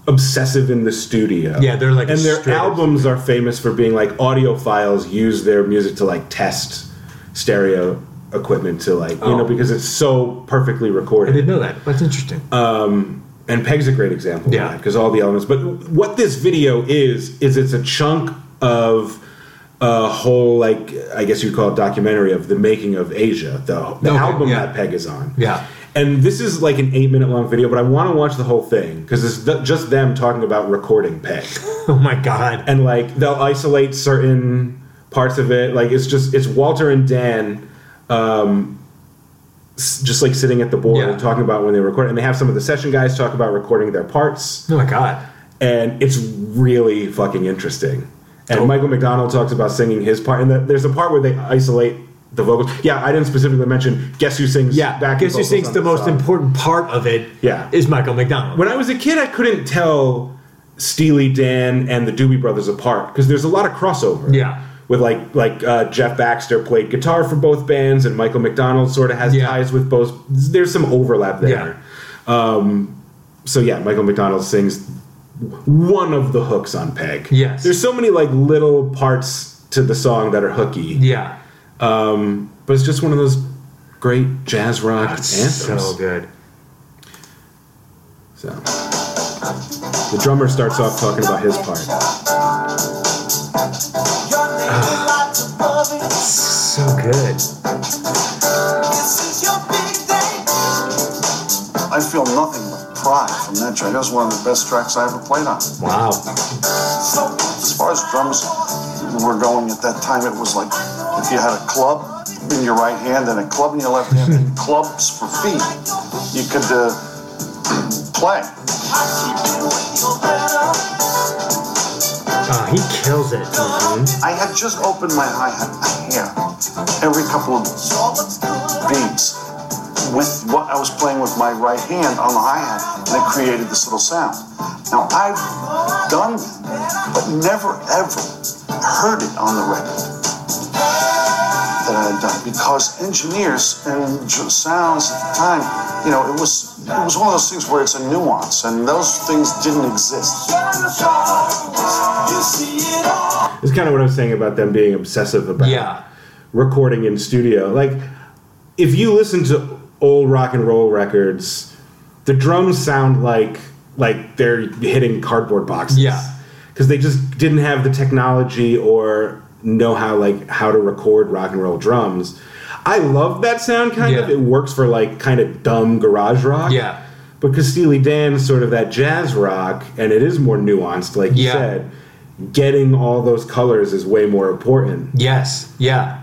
obsessive in the studio.
Yeah, they're, like,
and
a
their
straight-
albums are famous for being like audiophiles use their music to like test stereo equipment to like you know
Oh.
because it's so perfectly
I
recorded.
didn't know that. That's interesting.
Uh, and Peg's a great example
Yeah.
yeah. because all the elements. But what this video is is it's a chunk of a whole like I guess you'd call it documentary of the making of Asia, the, the
Okay,
album
yeah.
that Peg is on.
Yeah.
And this is like an eight minute long video, but I want to watch the whole thing because it's th- just them talking about recording Peg,
oh my god.
and like they'll isolate certain parts of it. Like it's just it's Walter and Dan. Um, s- just like sitting at the board
Yeah.
and talking about when they record, and they have some of the session guys talk about recording their parts
Oh my god.
and it's really fucking interesting. And
Oh.
Michael McDonald talks about singing his part, and the, there's a part where they isolate the vocals. Yeah, I didn't specifically mention. Guess who sings?
Yeah.
back
guess who
vocals
thinks
on
the most
song.
important part of it?
Yeah.
Is Michael McDonald.
When I was a kid, I couldn't tell Steely Dan and the Doobie Brothers apart because there's a lot of crossover.
Yeah.
With like like uh, Jeff Baxter played guitar for both bands, and Michael McDonald sort of has
Yeah.
ties with both. There's some overlap there.
Yeah.
Um, so yeah, Michael McDonald sings one of the hooks on Peg.
Yes.
There's so many like little parts to the song that are hooky,
yeah.
but it's just one of those great jazz rock
That's
anthems.
so good.
So the drummer starts off talking about his part.
Your name is lots of worries.
So good.
This is your big day.
I feel nothing but pride from that track. That was one of the best tracks I ever played on.
Wow.
So
As far as drums were going at that time, it was like if you had a club in your right hand and a club in your left hand, and clubs for feet, you could uh, play.
I keep it with your letter.
Uh, he kills it.
I had just opened my hi hat hair every couple of
All that's good.
beats with what I was playing with my right hand on the hi hat, and it created this little sound. Now I've done that, but never ever heard it on the record that I had done because engineers and j- sounds at the time, you know, it was it was one of those things where it's a nuance, and those things didn't exist.
You see it all.
It's kind of what I was saying about them being obsessive about
Yeah.
recording in studio. Like, if you listen to old rock and roll records, the drums sound like like they're hitting cardboard boxes.
Yeah.
because they just didn't have the technology or know how like how to record rock and roll drums. I love that sound kind of.
Yeah.
It works for like kind of dumb garage rock.
Yeah.
Because Steely Dan's sort of that jazz rock, and it is more nuanced, like you
Yeah.
said. Getting all those colors is way more important
Yes. Yeah.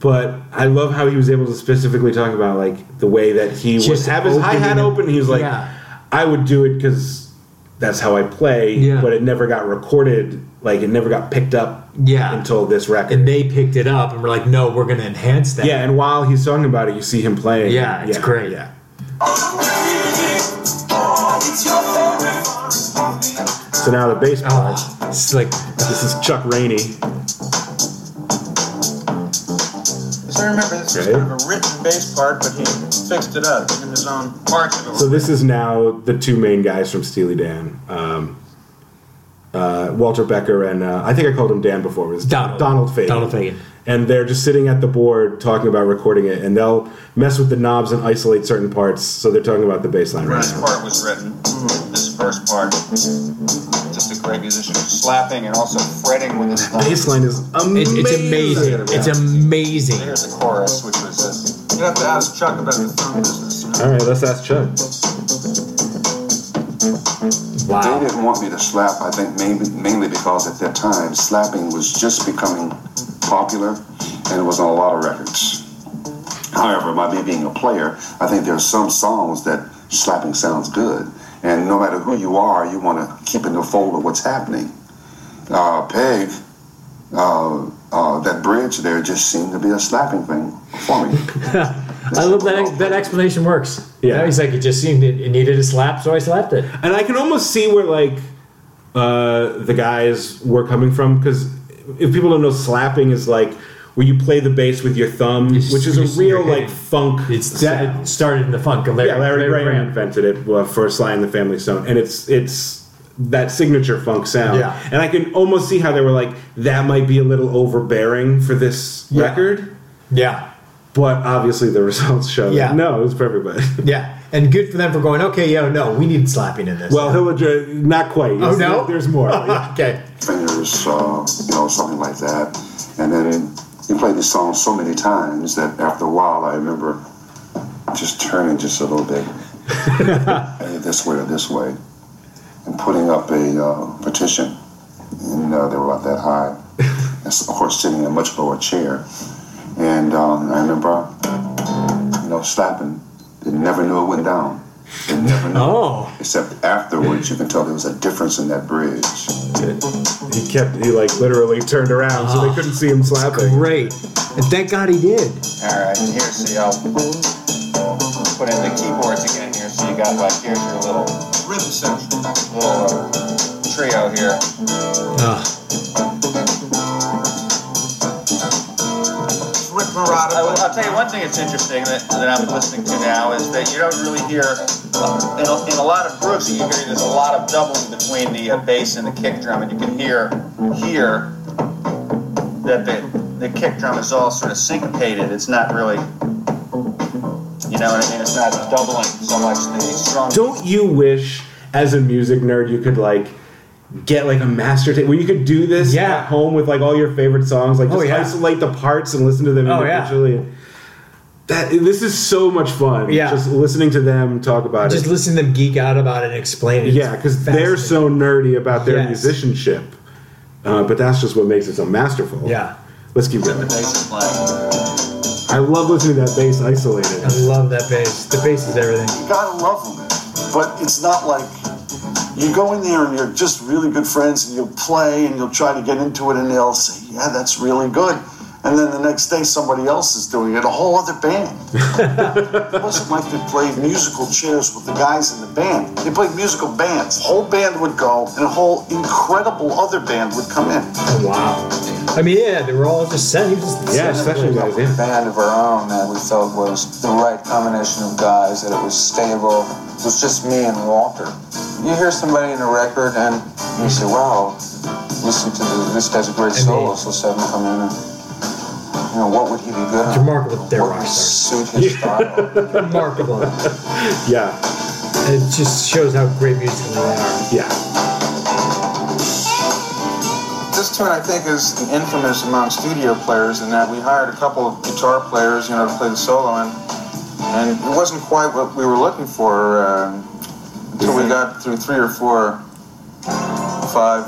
but I love how he was able to specifically talk about like the way that he would
Just
have his hi hat
opening it.
open. He was like,
Yeah.
I would do it because that's how I play.
Yeah.
But it never got recorded. Like it never got picked up.
Yeah.
Until this record.
and they picked it up and were like, no, we're going to enhance that.
yeah, and while he's talking about it, you see him playing.
Yeah, it's great.
Yeah. So now the bass part.
Oh, it's like,
This is Chuck Rainey.
So I remember this was
Right.
kind of a written bass part, but he fixed it up in his own parts of it.
So this is now the two main guys from Steely Dan, um, uh, Walter Becker and uh, I think I called him Dan before. It was
Donald.
Fagen.
Donald Fagen.
And they're just sitting at the board talking about recording it, and they'll mess with the knobs and isolate certain parts. So they're talking about the bass line right
this
now.
part was written. This first part, just a great musician, slapping and also fretting with his thumb.
Bass line is
it's,
amazing.
it's amazing. It's amazing.
Here's the chorus, which was uh, you have to ask Chuck about the thumb business. You know?
All right, let's ask Chuck.
They
Wow.
didn't want me to slap, I think mainly, mainly because at that time, slapping was just becoming popular and it was on a lot of records. However, by me being a player, I think there are some songs that slapping sounds good. And no matter who you are, you want to keep in the fold of what's happening. Uh, Peg, uh, uh, that bridge there just seemed to be a slapping thing for me.
I love that. That explanation works.
Yeah.
He's like, it just seemed it, it needed a slap, so I slapped it.
and I can almost see where like uh, the guys were coming from because if people don't know, slapping is like where you play the bass with your thumb,
It's
which is
just
a
your
real like
hand.
funk.
It's
sound.
that it started in the funk. and Larry,
yeah, Larry, Graham
Larry Graham.
invented it uh, for Sly and the Family Stone, and it's it's that signature funk sound.
Yeah.
and I can almost see how they were like that might be a little overbearing for this
Yeah.
record.
Yeah.
But obviously, the results show
Yeah.
that no, it was perfect. But
Yeah. And good for them for going, okay, yo, no, we need slapping in this.
well, he'll address, not quite.
oh,
There's-
no?
there's more. Yeah.
okay.
fingers, uh, you know, something like that. And then he played this song so many times that after a while, I remember just turning just a little bit, either this way or this way, and putting up a uh, petition. And uh, they were about that high. And so, of course, sitting in a much lower chair. And um, I remember, you know, slapping. They never knew it went down. They never knew.
Oh.
Except afterwards, you can tell there was a difference in that bridge.
He kept he like literally turned around so
Ah,
they couldn't see him slapping.
Great. And thank God he did.
All right, and here's the uh, put in the keyboards again here, so you got like here's your little rhythm section, little uh, trio here.
Ugh.
Rick Marotta. I'll, I'll tell you one thing that's interesting that, that I'm listening to now is that you don't really hear uh, in a, in a lot of groups you hear there's a lot of doubling between the uh, bass and the kick drum, and you can hear here that the the kick drum is all sort of syncopated. It's not really. You know what I mean? It's not doubling so much the strong.
Don't you wish, as a music nerd, you could like get like a master tape where you could do this
Yeah.
at home with like all your favorite songs, like
Oh,
just
yeah.
isolate the parts and listen to them
Oh, yeah.
individually. That this is so much fun.
Yeah.
just listening to them talk about
Just
it.
listen to them geek out about it and explain it.
yeah, because they're so nerdy about their
Yes.
musicianship. Uh, but that's just what makes it so masterful.
Yeah.
Let's keep going.
bass is playing.
I love listening to that bass isolated.
I love that bass. The bass is everything.
You gotta love them, but it's not like you go in there and you're just really good friends and you'll play and you'll try to get into it and they'll say, yeah, that's really good. And then the next day, somebody else is doing it, a whole other band. it wasn't like they played musical chairs with the guys in the band. They played musical bands. A whole band would go, and a whole incredible other band would come in.
Wow. I mean, yeah, they were all just set. He was just
Oh, Yeah, especially guys. Yeah.
band of our own that we felt was the right combination of guys, that it was stable. It was just me and Walter. You hear somebody in a record and you say, wow, listen to the, this guy's a great
I mean-
solo, so seven come in and, you know, what would he be good
It's
on?
remarkable. They're
What
rock
would
stars.
suit his style?
Remarkable.
yeah,
And it just shows how great musically they are.
yeah.
this tune, I think, is infamous among studio players in that we hired a couple of guitar players, you know, to play the solo, and and it wasn't quite what we were looking for uh, until we got through three or four, five.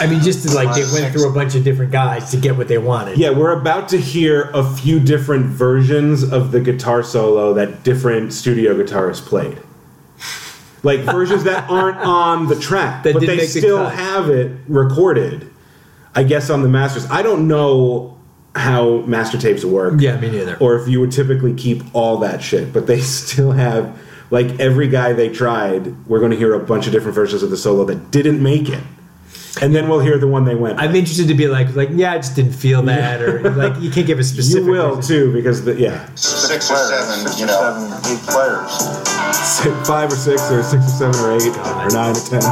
I mean, just to, like they went through a bunch of different guys to get what they wanted.
Yeah, we're about to hear a few different versions of the guitar solo that different studio guitarists played. like versions that aren't on the track,
That
but
didn't
they
make the
still
cut.
have it recorded. I guess on the masters. I don't know how master tapes work.
Yeah, me neither.
Or if you would typically keep all that shit, but they still have like every guy they tried. We're going to hear a bunch of different versions of the solo that didn't make it, and then we'll hear the one they went.
I'm interested to be like, like, yeah, I just didn't feel that, or like, you can't give a
you
specific.
will
reason.
too, because the, yeah,
Six or seven,
six
you
or
know.
seven, eight players.
five or six or six or seven or eight or nine or ten.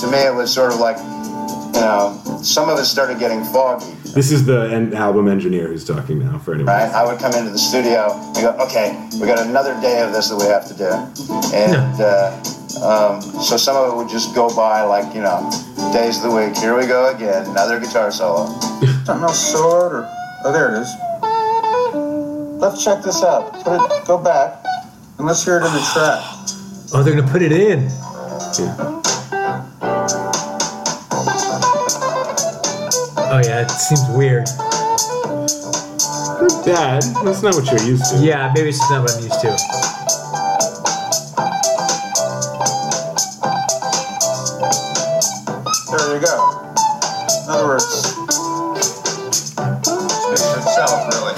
To me, it was sort of like, you know, some of it started getting foggy.
This is the en- album engineer who's talking now for anyone.
right? I would come into the studio and go, okay, we got another day of this that we have to do. And uh, um, so some of it would just go by like, you know, days of the week. Here we go again, another guitar solo.
Something else soloed or oh there it is. Let's check this out. Put it go back and let's hear it in the track.
Oh, they're gonna put it in.
Yeah.
Oh yeah, it seems weird.
Not bad. That's not what you're used to.
Yeah, maybe it's just not what I'm used to.
There you go. In other words,
It's itself, really.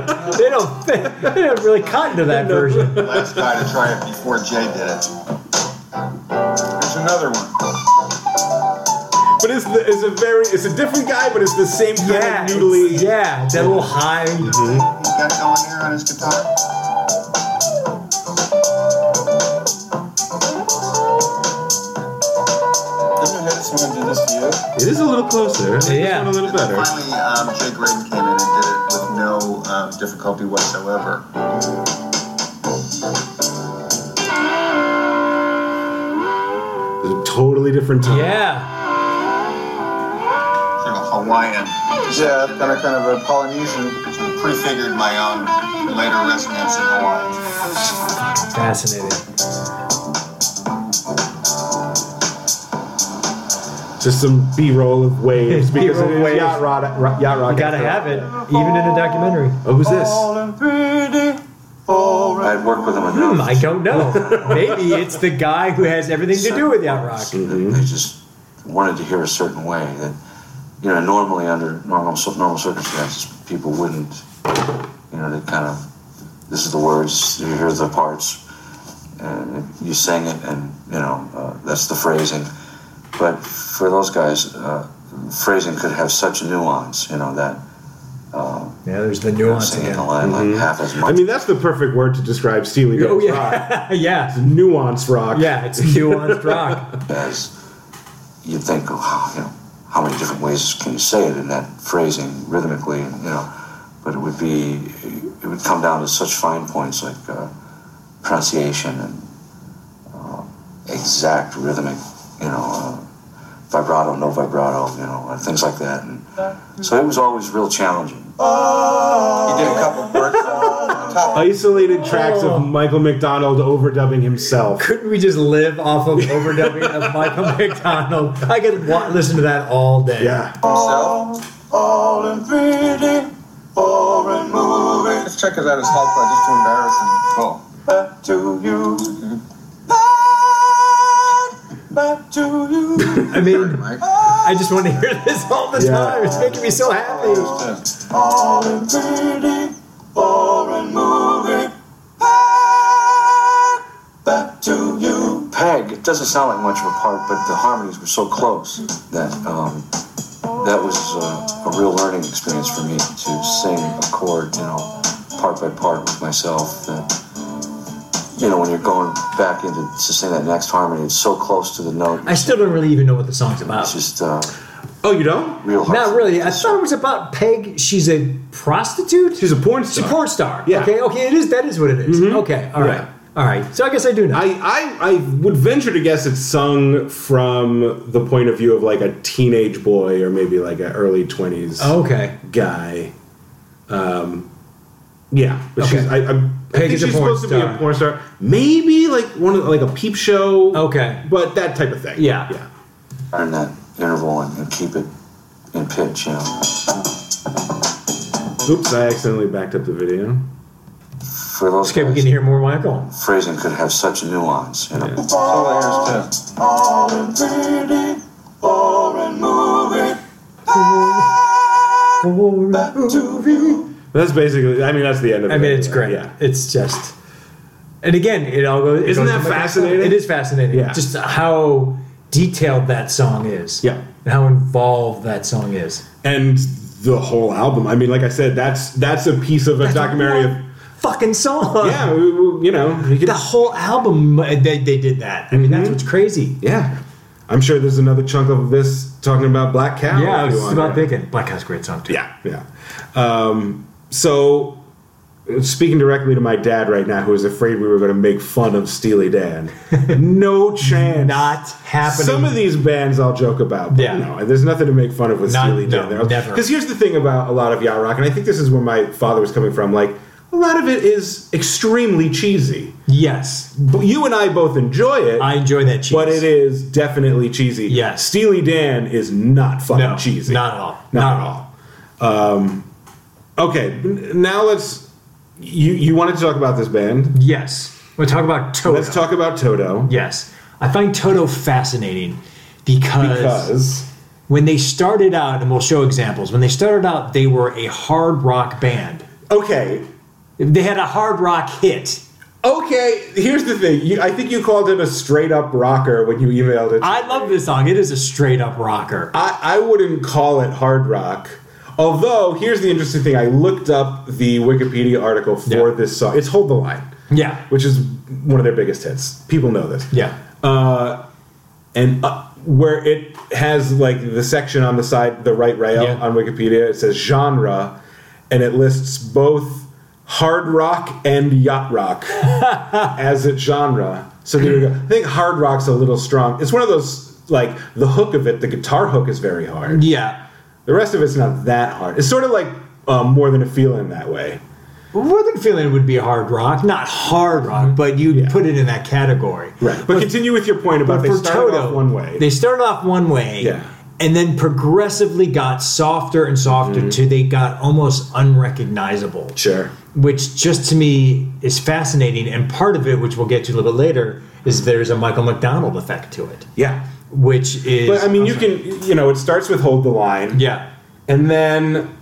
They don't. They don't really cut into that version.
Last guy to try it before Jay did it.
there's another one.
But it's the, it's a very it's a different guy, but it's the same kind
Yeah,
of noodly.
it's- yeah, that little high.
Mhm.
He's got going here on his guitar.
Didn't you hit someone did this to you?
It is a little closer. It is
Yeah.
a little better.
Finally, um, Jay Graydon came in and did it with no um, difficulty whatsoever.
It's a totally different tone.
Yeah,
You know, Hawaiian.
Yeah, kind of kind of a Polynesian.
Prefigured my own later resonance in Hawaii.
fascinating.
Just some B-roll of waves because
B-roll
it is
waves.
yacht rock. Ro- yacht rock.
You gotta
after all.
have it, even in a documentary.
Oh, who's this?
I'd work with them enough.
Hmm, I don't know. Maybe it's the guy who has everything to do with yacht rock.
that They just wanted to hear a certain way that, you know, normally under normal normal circumstances, people wouldn't. You know, they kind of, this is the words. You hear the parts, and you sing it, and you know uh, that's the phrasing. But for those guys, uh, phrasing could have such nuance. You know that
Yeah, there's the nuance
singing
again.
the line like half as
I
much.
mean, that's the perfect word to describe Steely Dan.
Oh yeah, yeah,
Nuance rock.
yeah. It's nuanced rock.
as you'd think, oh, how, you know, how many different ways can you say it in that phrasing rhythmically, and, you know, but it would be, it would come down to such fine points like uh, pronunciation and uh, exact rhythmic, you know, uh, vibrato, no vibrato, you know, and things like that. And so it was always real challenging.
He did a couple of works on top
Isolated tracks
Oh.
of Michael McDonald overdubbing himself.
Couldn't we just live off of overdubbing of Michael McDonald? I could wa- listen to that all day.
Yeah.
himself. Let's check it out as high play just to embarrass him. Cool.
I mean,
Mike.
I just want to hear this all the
Yeah.
time. It's making me so happy.
Peg, it doesn't sound like much of a part, but the harmonies were so close that um, that was uh, a, a real learning experience for me to sing a chord, you know, part by part with myself. That you know, when you're going back into to sing that next harmony, it's so close to the note.
I still don't really even know what the song's about.
It's just uh,
Oh, you don't?
real hard.
Not really. I thought it was about Peg. She's a prostitute.
She's a porn
She's
star.
a porn star.
Yeah. Mm-hmm.
Okay. Okay. It is. That is what it is. Okay. All right.
Yeah.
All right. So I guess I do know.
I, I I would venture to guess it's sung from the point of view of like a teenage boy or maybe like an early twenties
okay.
guy. Um, yeah, but she's I,
Okay.
I, I
Peg
think
is a
she's
porn
supposed to be
star.
a porn star. Maybe like one of like a peep show.
Okay.
but that type of thing.
Oh. Yeah.
yeah.
Learn that interval and, and keep it in pitch. You know,
Oops, I accidentally backed up the video.
for those
Okay, we can
guys,
hear more Michael.
phrasing could have such nuance. You know,
All layers too.
That's basically. I mean, that's the end of it.
I mean, it's great.
Yeah.
It's just, and again, it all goes. it
Isn't
goes
that
to my-
fascinating?
It is fascinating.
Yeah.
Just how detailed that song is.
Yeah.
And how involved that song is.
And the whole album. I mean, like I said, that's that's a piece of a documentary of.
Fucking song.
Yeah, we, we, you know, you could-
The whole album, uh, they, they did that. I mean, that's
Mhm.
what's crazy.
yeah. I'm sure there's another chunk of this talking about Black Cow. if
Yeah, I was
you
just
want
about
it.
thinking. Black House, great song too.
Yeah, yeah. Um, so, speaking directly to my dad right now, who was afraid we were going to make fun of Steely Dan, no chance.
Not happening.
Some of these bands I'll joke about, but
Yeah.
no, there's nothing to make fun of with
Not-
Steely Dan.
no, never.
Because here's the thing about a lot of yacht rock, and I think this is where my father was coming from. Like, a lot of it is extremely cheesy.
yes,
But you and I both enjoy it.
I enjoy that cheese.
but it is definitely cheesy.
Yes.
Steely Dan is not fucking
no,
cheesy.
Not at all.
Not,
Not
at all. Um, okay, n- now let's. You you wanted to talk about this band?
Yes. We'll talk about Toto.
Let's talk about Toto
Yes. I find Toto fascinating because,
because
when they started out, and we'll show examples, when they started out, they were a hard rock band.
okay,
They had a hard rock hit.
okay. Here's the thing. You, I think you called him a straight up rocker when you emailed it.
I love this song. It is a straight up rocker.
I, I wouldn't call it hard rock. Although here's the interesting thing. I looked up the Wikipedia article for
Yeah.
this song. It's "Hold the Line."
Yeah.
which is one of their biggest hits. People know this.
Yeah.
And uh, where it has like the section on the side, the right rail
Yeah.
on Wikipedia, it says genre, and it lists both hard rock and yacht rock as its genre. So there you go. I think hard rock's a little strong. It's one of those like the hook of it. The guitar hook is very hard.
Yeah.
The rest of it's not that hard. It's sort of like um, more than a feeling that way.
More than feeling would be hard rock. Not hard rock, but you
Mm-hmm. Yeah.
put it in that category.
Right. But continue with your point about
But
they
for
started
Toto,
off one way.
They started off one way,
Yeah.
and then progressively got softer and
Mm-hmm.
softer till they got almost unrecognizable.
sure.
Which just to me is fascinating, and part of it, which we'll get to a little bit later, is there's a Michael McDonald effect to it,
Yeah.
which is.
But I mean,
I'm
you
sorry.
can, you know, it starts with hold the line,
Yeah.
and then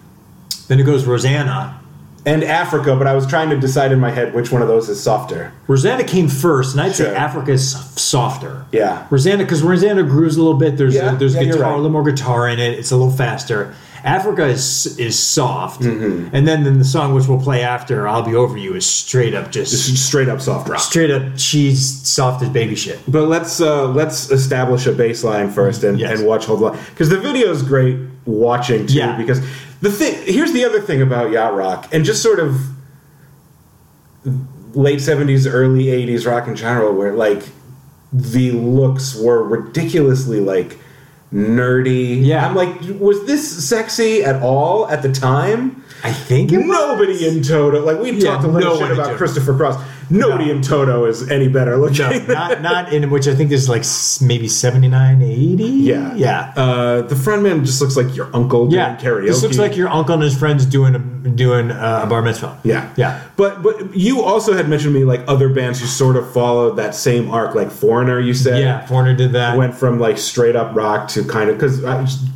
Then it goes Rosanna.
and Africa. But I was trying to decide in my head which one of those is softer.
Rosanna came first, and I'd say
Sure.
Africa's softer.
Yeah.
Rosanna, because Rosanna grooves a little bit. There's
Yeah,
there's
yeah, you're
guitar,
right.
a little more guitar in it. It's a little faster. Africa is is soft,
Mm-hmm.
and then then the song which we'll play after "I'll Be Over You" is straight up
It's
just
just straight up soft rock.
straight up cheese, soft as baby shit.
But let's uh, let's establish a baseline first and,
Yes.
and watch hold the line because the video is great watching too.
Yeah.
Because the thing here's the other thing about yacht rock and just sort of late seventies, early eighties rock in general, where like the looks were ridiculously like nerdy.
Yeah.
I'm like, was this sexy at all at the time?
I think it
Nobody in Toto, like we
Yeah,
talked a little
no one
shit
in
about
Toto.
Christopher Cross. Nobody
No.
in Toto is any better looking.
No, not not in which I think is like s- maybe 79, 80?
Yeah,
yeah.
Uh, the frontman just looks like your uncle
yeah,
doing karaoke.
This looks like your uncle and his friends doing a, doing uh, a bar mitzvah.
yeah,
yeah.
But but you also had mentioned to me like other bands who sort of followed that same arc, like Foreigner. You said,
Yeah, Foreigner did that.
went from like straight up rock to kind of because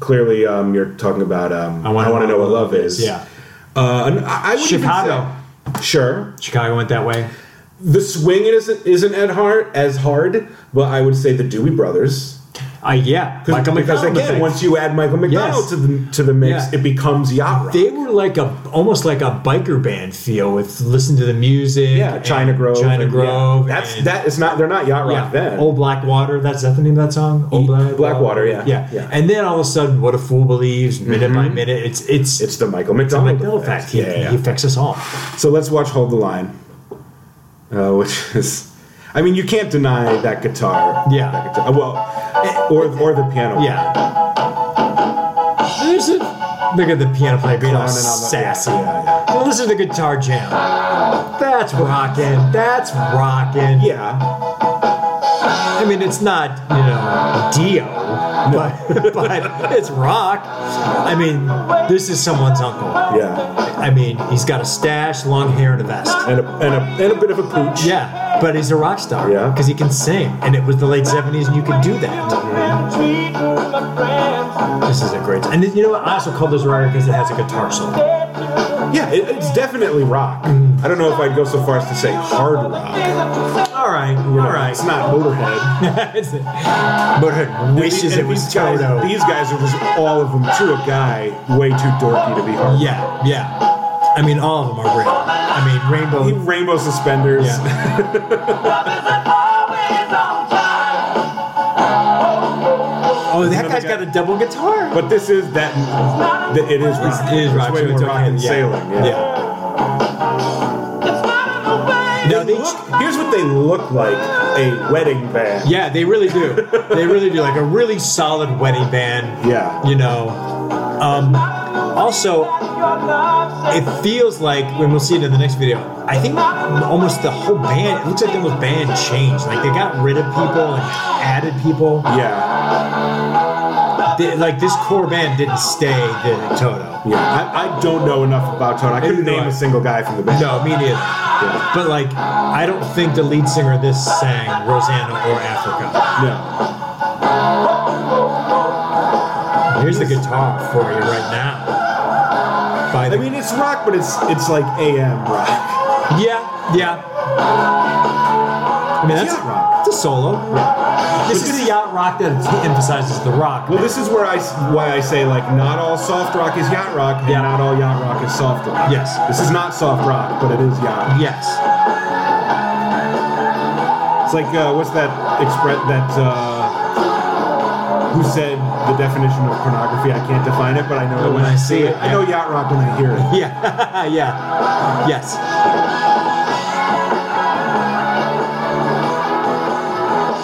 clearly um, you're talking about um, I want to know what love is.
Yeah,
uh, and I, I would
Chicago.
sure,
Chicago went that way.
the swing isn't isn't at hard as hard, but I would say the Dewey Brothers.
Uh, yeah,
'Cause- because
McDonald
again,
effect.
once you add Michael McDonald
Yes.
to the to the mix,
Yeah.
it becomes yacht rock.
they were like a almost like a biker band feel with listen to the music.
Yeah,
and
China Grove.
China
and-
Grove.
yeah. That's
and-
that. It's not. They're not yacht rock
yeah,
then.
Old Blackwater. That's that the name of that song. Old
Eat
Black-
Blackwater, yeah.
yeah,
Yeah. Mm-hmm.
And then all of a sudden, what a fool believes. Minute by minute, it's it's
it's the Michael
a
McDonald,
McDonald effect. He,
Yeah, yeah,
he
yeah.
affects us all.
So let's watch "Hold the Line," uh, which is. I mean, you can't deny that guitar.
Yeah.
That guitar. uh, Well, or or the piano.
Yeah. There's a, look at the piano player being all
Clowning on the-
sassy.
yeah, yeah,
Listen to guitar jam. That's rocking. That's rocking.
Yeah.
I mean, it's not you know Dio, but but it's rock. I mean, this is someone's uncle.
Yeah.
I mean, he's got a stash, long hair, and a vest.
And a, and, a, and a bit of a pooch.
Yeah, but he's a rock star.
Yeah.
because he can sing, and it was the late '70s, and you could do that. This is a great, and you know what? I also call this rocker because it has a guitar solo.
Yeah, it, it's definitely rock. I don't know if I'd go so far as to say hard rock.
All right,
You know,
all right.
It's not Motorhead.
It's- Motorhead wishes it
And
was
these guys,
Toto.
These guys are just all of them to a guy way too dorky to be hard.
Yeah, yeah. I mean, all of them are great. I mean, Rainbow.
He- Rainbow suspenders.
Yeah. Oh, that guy's got a double guitar.
But this is that. that it is rock.
It is rock.
It's way
Somewhere
to rock
between-
and
yeah.
sailing. Yeah.
No,
They
they,
look, here's what they look like: a wedding band.
yeah, they really do. They really do. Like a really solid wedding band.
Yeah.
You know. Um, also, it feels like when we'll see it in the next video. I think almost the whole band. It looks like the whole band changed. Like they got rid of people and added people.
Yeah.
They- like this core band didn't stay the Toto.
Yeah. I, I don't know enough about Tone. I couldn't
Neither do
name a
I.
single guy from the band.
No, me neither. But like, I don't think the lead singer of this sang Rosanna or Africa.
No.
Here's the guitar for you right now. By the,
I mean, it's rock, but it's it's like AM rock.
yeah, yeah. I mean, that's
yacht rock.
it's a solo. This is the yacht rock that emphasizes the rock.
Well, this is where I s- why I say like not all soft rock is yacht rock, and
Yeah.
not all yacht rock is soft rock.
Yes.
This is not soft rock, but it is yacht. rock.
Yes.
It's like uh, what's that express that uh, who said the definition of pornography? I can't define it, but I know it when I see it. I know yacht rock when I hear it.
Yeah. yeah. Yes.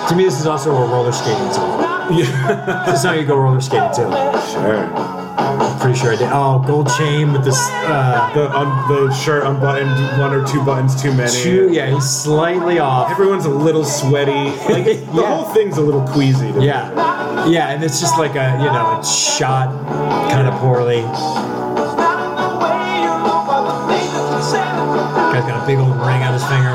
To me, this is also a roller skating song.
Yeah.
This is how you go roller skating too.
Sure.
I'm pretty sure I did. Oh, gold chain with this. Uh,
The um, the shirt unbuttoned, one or two buttons too many.
shoe. Yeah, he's slightly off.
Everyone's a little sweaty. Like the
Yeah.
whole thing's a little queasy. To me.
Yeah, yeah, and it's just like a you know it's shot kind of poorly. Guy's got a big old ring on his finger.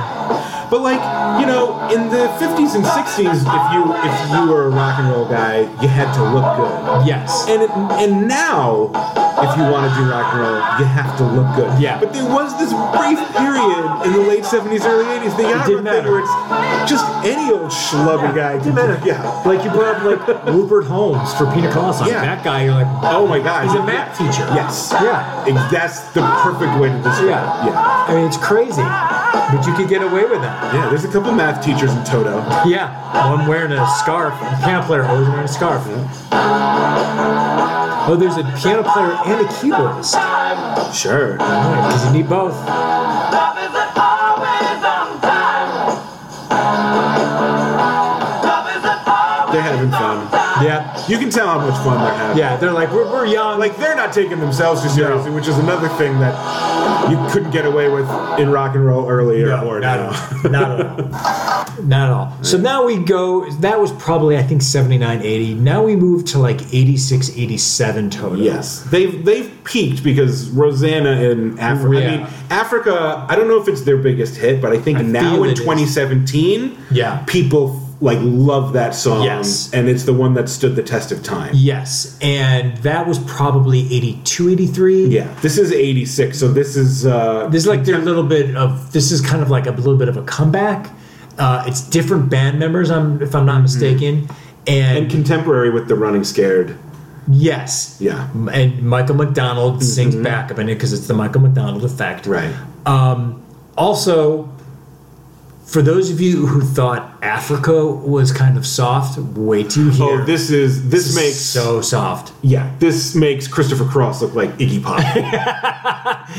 But like, you know, in the 50s and 60s, if you if you were a rock and roll guy, you had to look good.
Yes.
And it, and now, if you want to do rock and roll, you have to look good.
Yeah.
But there was this brief period in the late 70s, early 80s, the yacht rock
didn't
thing
matter.
where it's just any old schlubby guy. Can do, yeah.
Like you brought up like Rupert Holmes for Pina Colossi.
Yeah.
That guy, you're like,
Oh my God.
He's a math teacher.
Yes.
Yeah.
Ex- That's the perfect way to describe
Yeah.
it. Yeah.
I mean it's crazy, but you could get away with that.
Yeah. There's a couple math teachers in Toto.
Yeah, one wearing a scarf. A piano player always wearing a scarf. Oh, there's a piano player and a keyboardist.
Sure.
Because you need both.
They're having fun.
Yeah,
You can tell how much fun they're having.
yeah. They're like, we're, we're young.
Like they're not taking themselves too seriously, which is another thing that you couldn't get away with in rock and roll earlier or now.
not, not at all. Not at all. So now we go. That was probably I think 79, 80. Now we move to like 86, 87 total.
yes, they've they've peaked because Rosanna in Africa. I mean,
Yeah.
Africa. I don't know if it's their biggest hit, but I think
I
now
feel
in
it is.
2017,
Yeah.
people like love that song,
Yes.
and it's the one that stood the test of time.
Yes, and that was probably 82, 83.
Yeah, this is 86, so this is uh,
This is like their little bit of. This is kind of like a little bit of a comeback. Uh, it's different band members, I'm, if I'm not mistaken, and,
Mm-hmm. and contemporary with the Running Scared.
yes,
Yeah.
and Michael McDonald sings backup in it because it's the Michael McDonald effect,
Mm-hmm. Right.
Also, for those of you who thought Africa was kind of soft, wait till you hear.
Oh, this is this,
is
makes
so soft.
Yeah, this makes Christopher Cross look like Iggy Pop.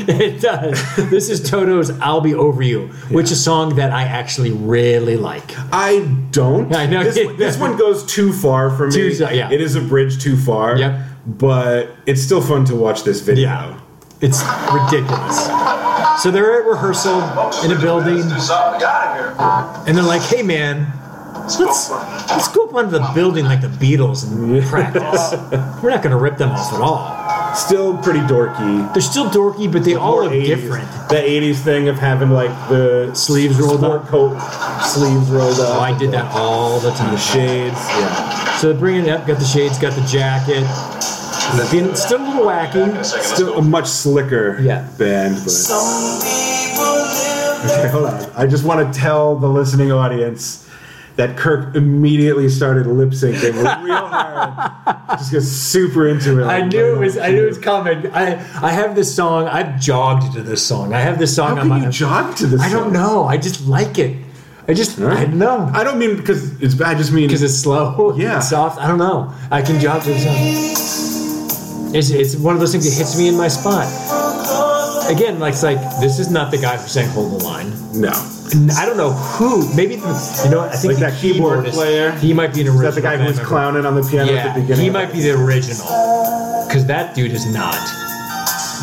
It does. this is Toto's "I'll Be Over You," which is a song that I actually really like.
I don't.
I know.
This, one- this one goes too far for me.
Too so- yeah.
It is a bridge too far.
Yep.
But it's still fun to watch this video.
Yeah. It's ridiculous. So they're at rehearsal in a building,
Got it here.
and they're like, hey man, Let's, let's go up under the building like the Beatles and practice. We're not going to rip them off at all.
Still pretty dorky.
They're still dorky, but they all
More
look
80s.
different.
The 80s thing of having like the
Sleeves rolled
sport
up.
coat sleeves rolled up.
Oh, I did that all the time.
The shades. Yeah.
So they're bringing it up, got the shades, got the jacket. Being still a little wacky.
Still a much slicker
Yeah.
band, but.
Some people live
Okay, hold on. I just want to tell the listening audience that Kirk immediately started lip syncing real hard. Just got super into it.
I knew it was. I knew it was coming. I I have this song. I've jogged to this song. I have this song
How can
on my.
you jog to this?
I don't
song?
know. I just like it. I just
All right.
I don't know
I don't mean because it's bad. I just mean
because it's slow.
Yeah.
it's soft. I don't know. I can jog to the song. It's it's one of those things that hits me in my spot. Again, like it's like this is not the guy who sang "Hold the Line."
no.
And I don't know who. Maybe the, you know. what, I think
Like
the
that keyboard
keyboardist,
player?
He might be an original.
Is that the guy who
band
was
member.
clowning on the piano
Yeah,
at the beginning?
he might be the original. Because that dude is not.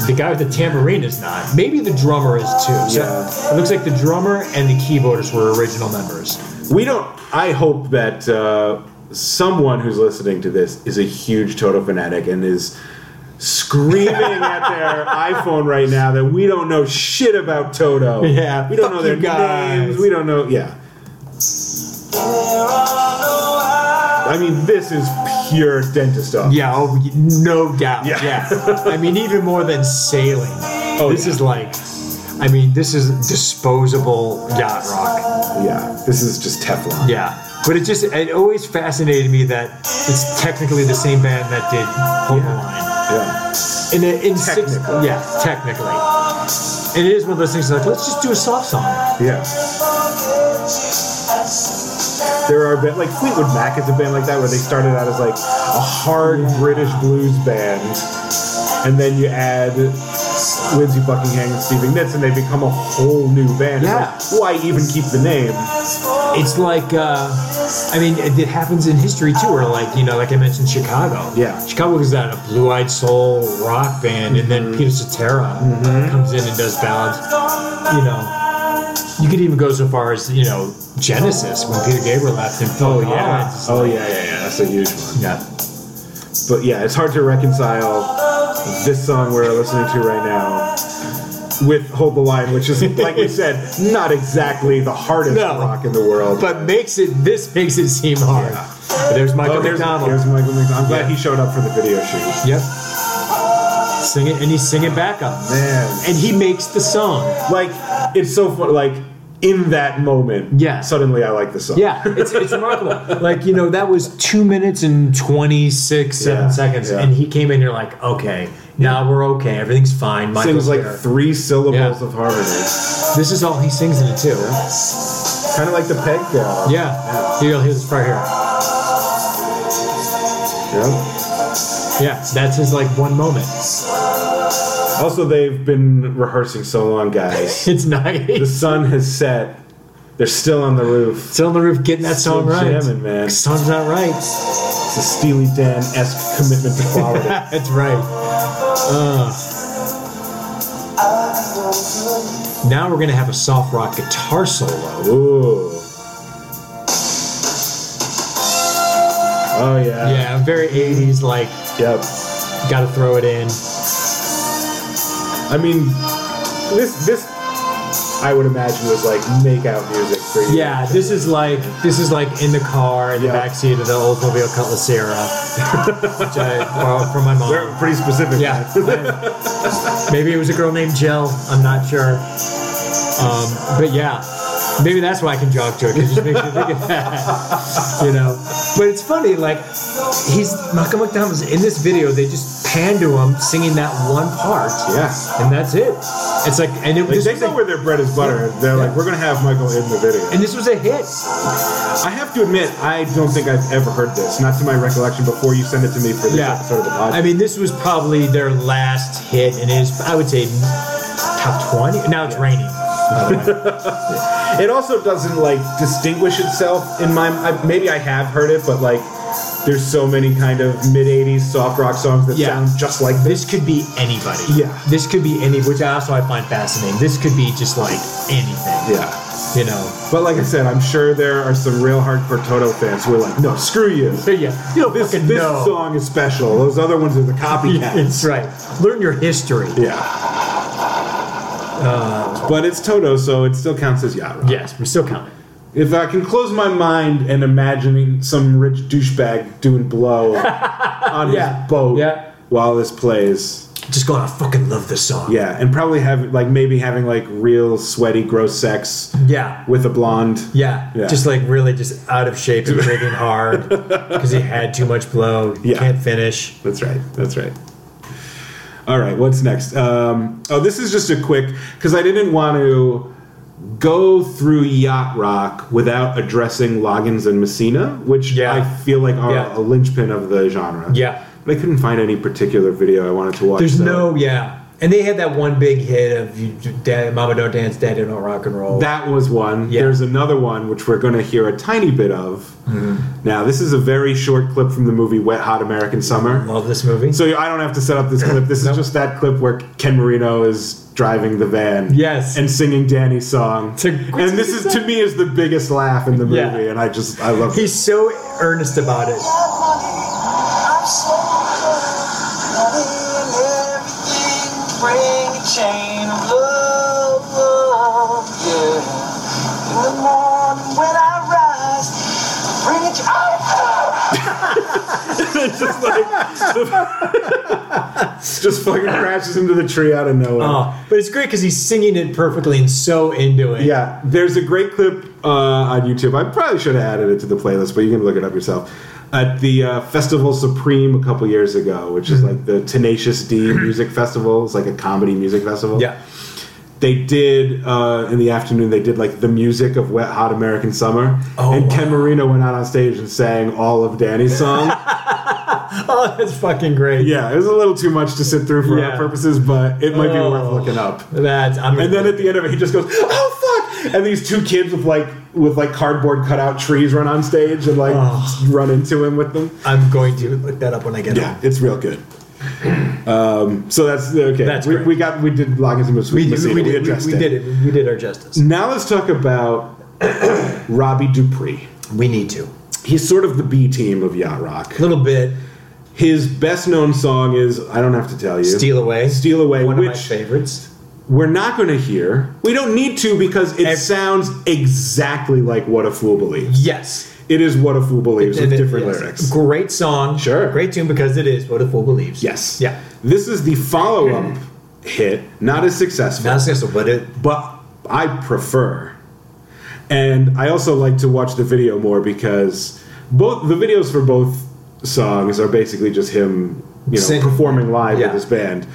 The guy with the tambourine is not. Maybe the drummer is too. So
Yeah.
It looks like the drummer and the keyboardist were original members.
We don't. I hope that uh, someone who's listening to this is a huge Toto fanatic and is screaming at their iPhone right now that we don't know shit about Toto.
Yeah,
we don't
fuck
know their
you guys.
names. We don't know. Yeah,
there are no eyes.
I mean this is pure dentist stuff.
Yeah, oh, y- no doubt.
Yeah.
Yeah. I mean, even more than sailing.
Oh,
this
yeah.
is like, I mean, this is disposable yacht rock.
yeah. This is just Teflon.
Yeah. But it just, it always fascinated me that it's technically the same band that did Hold the Line.
yeah.
In, a, in six,
Technically.
yeah, technically. And it is one of those things like, let's just do a soft song.
Yeah. There are band, like Fleetwood Mac is a band like that where they started out as like a hard British blues band, and then you add Lindsey Buckingham and Stevie Nicks, and they become a whole new band. It's
Yeah.
like, why even keep the name?
It's like, uh, I mean, it, it happens in history too, where like, you know, like I mentioned Chicago.
Yeah.
Chicago was that a blue eyed soul rock band,
Mm-hmm.
and then Peter Cetera comes in and does ballads. You know, you could even go so far as, you know, Genesis when Peter Gabriel left and Phil Collins.
Oh yeah, yeah, yeah. That's a huge one.
Yeah.
But yeah, it's hard to reconcile this song we're listening to right now with Hold the Line, which is like we said, not exactly the hardest
No.
rock in the world.
But makes it, this makes it seem hard. There's Michael
Oh, there's,
McDonald.
there's Michael McDonald. I'm glad
Yeah.
he showed up for the video shoot.
Yep. Sing it, and he's singing back up.
Man.
And he makes the song.
Like, it's so fun. Like, in that moment,
Yeah.
suddenly I like the song.
Yeah, it's, it's remarkable. Like, you know, that was two minutes and 26,
Yeah,
seven seconds.
yeah.
And he came in, you're like, okay, now we're okay. Everything's fine. Michael's
Sings like
there.
three syllables
Yeah.
of harmony.
This is all he sings in it, too.
Kind of like the Peg Girl.
Yeah. Here, You'll hear this part here.
Yeah.
Yeah, that's his, like, one moment.
Also, they've been rehearsing so long, guys.
It's
the
nice.
sun has set. They're still on the roof.
Still on the roof getting that
Still
song right.
jamming, man.
Song's not right.
It's a Steely Dan esque commitment to quality.
That's right. Uh. Ugh. Now we're gonna have a soft rock guitar solo.
Ooh. Oh, yeah.
Yeah, very 80s. Like,
Yep.
gotta throw it in.
I mean, this this I would imagine was like make out music for you.
Yeah, this is like this is like in the car in the
Yeah.
backseat of the Oldsmobile Cutlassera, which I borrowed from my mom.
They're pretty specific.
Yeah. maybe it was a girl named Jill. I'm not sure. Um, but yeah, maybe that's why I can jog to it because it just makes me think of that. You know. But it's funny, like he's Malcolm McDonald's in this video. They just pan to him singing that one part,
yeah.
and that's it. It's like, and it
Like,
this
they
was
know
a,
where their bread is butter. They're like, we're gonna have Michael in the video.
and this was a hit.
I have to admit, I don't think I've ever heard this. Not to my recollection. Before you send it to me for this
Yeah.
episode of the podcast.
I mean, this was probably their last hit, and it is, I would say, top twenty. Now it's raining. by the way.
it also doesn't like distinguish itself in my. I, maybe I have heard it, but like, there's so many kind of mid '80s soft rock songs that
Yeah.
sound just like this.
This could be anybody.
Yeah.
This could be any, which also I find fascinating. This could be just like anything.
Yeah.
you know.
But like I said, I'm sure there are some real hardcore Toto fans who are like, no, screw you.
But yeah, you don't
This,
fucking
this
know.
song is special. Those other ones are the
It's
copycats.
right. Learn your history.
yeah.
Uh,
but it's Toto, so it still counts as yacht rock.
Yes, we still count it.
If I can close my mind and imagining some rich douchebag doing blow on
Yeah.
his boat
Yeah.
while this plays.
Just going, I fucking love this song.
Yeah, and probably have like maybe having like real sweaty gross sex
Yeah.
with a blonde.
Yeah.
Yeah.
just like really just out of shape and breathing hard because he had too much blow. He
Yeah.
can't finish.
That's right. That's right. All right. What's next? Um, oh, this is just a quick because I didn't want to go through yacht rock without addressing Loggins and Messina, which
Yeah.
I feel like are
Yeah.
a linchpin of the genre.
Yeah.
But I couldn't find any particular video I wanted to watch.
There's
so-
no, yeah. And they had that one big hit of you, Dad, Mama Don't Dance, Daddy Don't Rock and Roll.
That was one.
Yeah.
There's another one which we're going to hear a tiny bit of.
Mm-hmm.
Now, this is a very short clip from the movie Wet Hot American Summer.
Love this movie.
So I don't have to set up this clip. This is just that clip where Ken Marino is driving the van,
Yes.
and singing Danny's song.
a-
and this is to me is the biggest laugh in the movie,
Yeah.
and I just I love it.
He's so earnest about it.
just fucking crashes into the tree out of nowhere.
Oh, but it's great because he's singing it perfectly and so into it.
Yeah, there's a great clip uh, on YouTube. I probably should have added it to the playlist, but you can look it up yourself. At the uh, Festival Supreme a couple years ago, which
Mm-hmm.
is like the Tenacious D music festival, it's like a comedy music festival.
Yeah.
they did uh, in the afternoon. They did like the music of Wet Hot American Summer,
Oh,
and
wow.
Ken Marino went out on stage and sang all of Danny's song.
Oh, that's fucking great.
yeah, it was a little too much to sit through for
Yeah.
our purposes, but it might be worth
Oh.
looking up.
That's, I'm
And then at the end of it, he just goes, "Oh fuck!" And these two kids with like with like cardboard cutout trees run on stage and like
Oh.
run into him with them.
I'm going to look that up when I get
Yeah,
home.
it's real good. Um, so that's okay.
That's
we,
great.
we got we did Loggins and Messina.
We, did- we, did,
addressed
we, we did it. We did our justice.
Now let's talk about Robbie Dupree.
We need to.
He's sort of the B team of yacht rock.
A little bit.
His best known song is I don't have to tell you.
Steal Away.
Steal Away,
One
which
of my favorites.
we're not going to hear. We don't need to because it
Ev-
sounds exactly like What a Fool Believes.
Yes.
It is What a Fool Believes with
It- it-
different
yes.
lyrics.
Great song.
Sure.
Great tune because it is what a fool believes.
Yes.
Yeah.
This is the follow up hit, not as successful,
Not successful, but it.
but I prefer. And I also like to watch the video more because both the videos for both songs are basically just him, you know,
Singing.
performing live
Yeah.
with his band.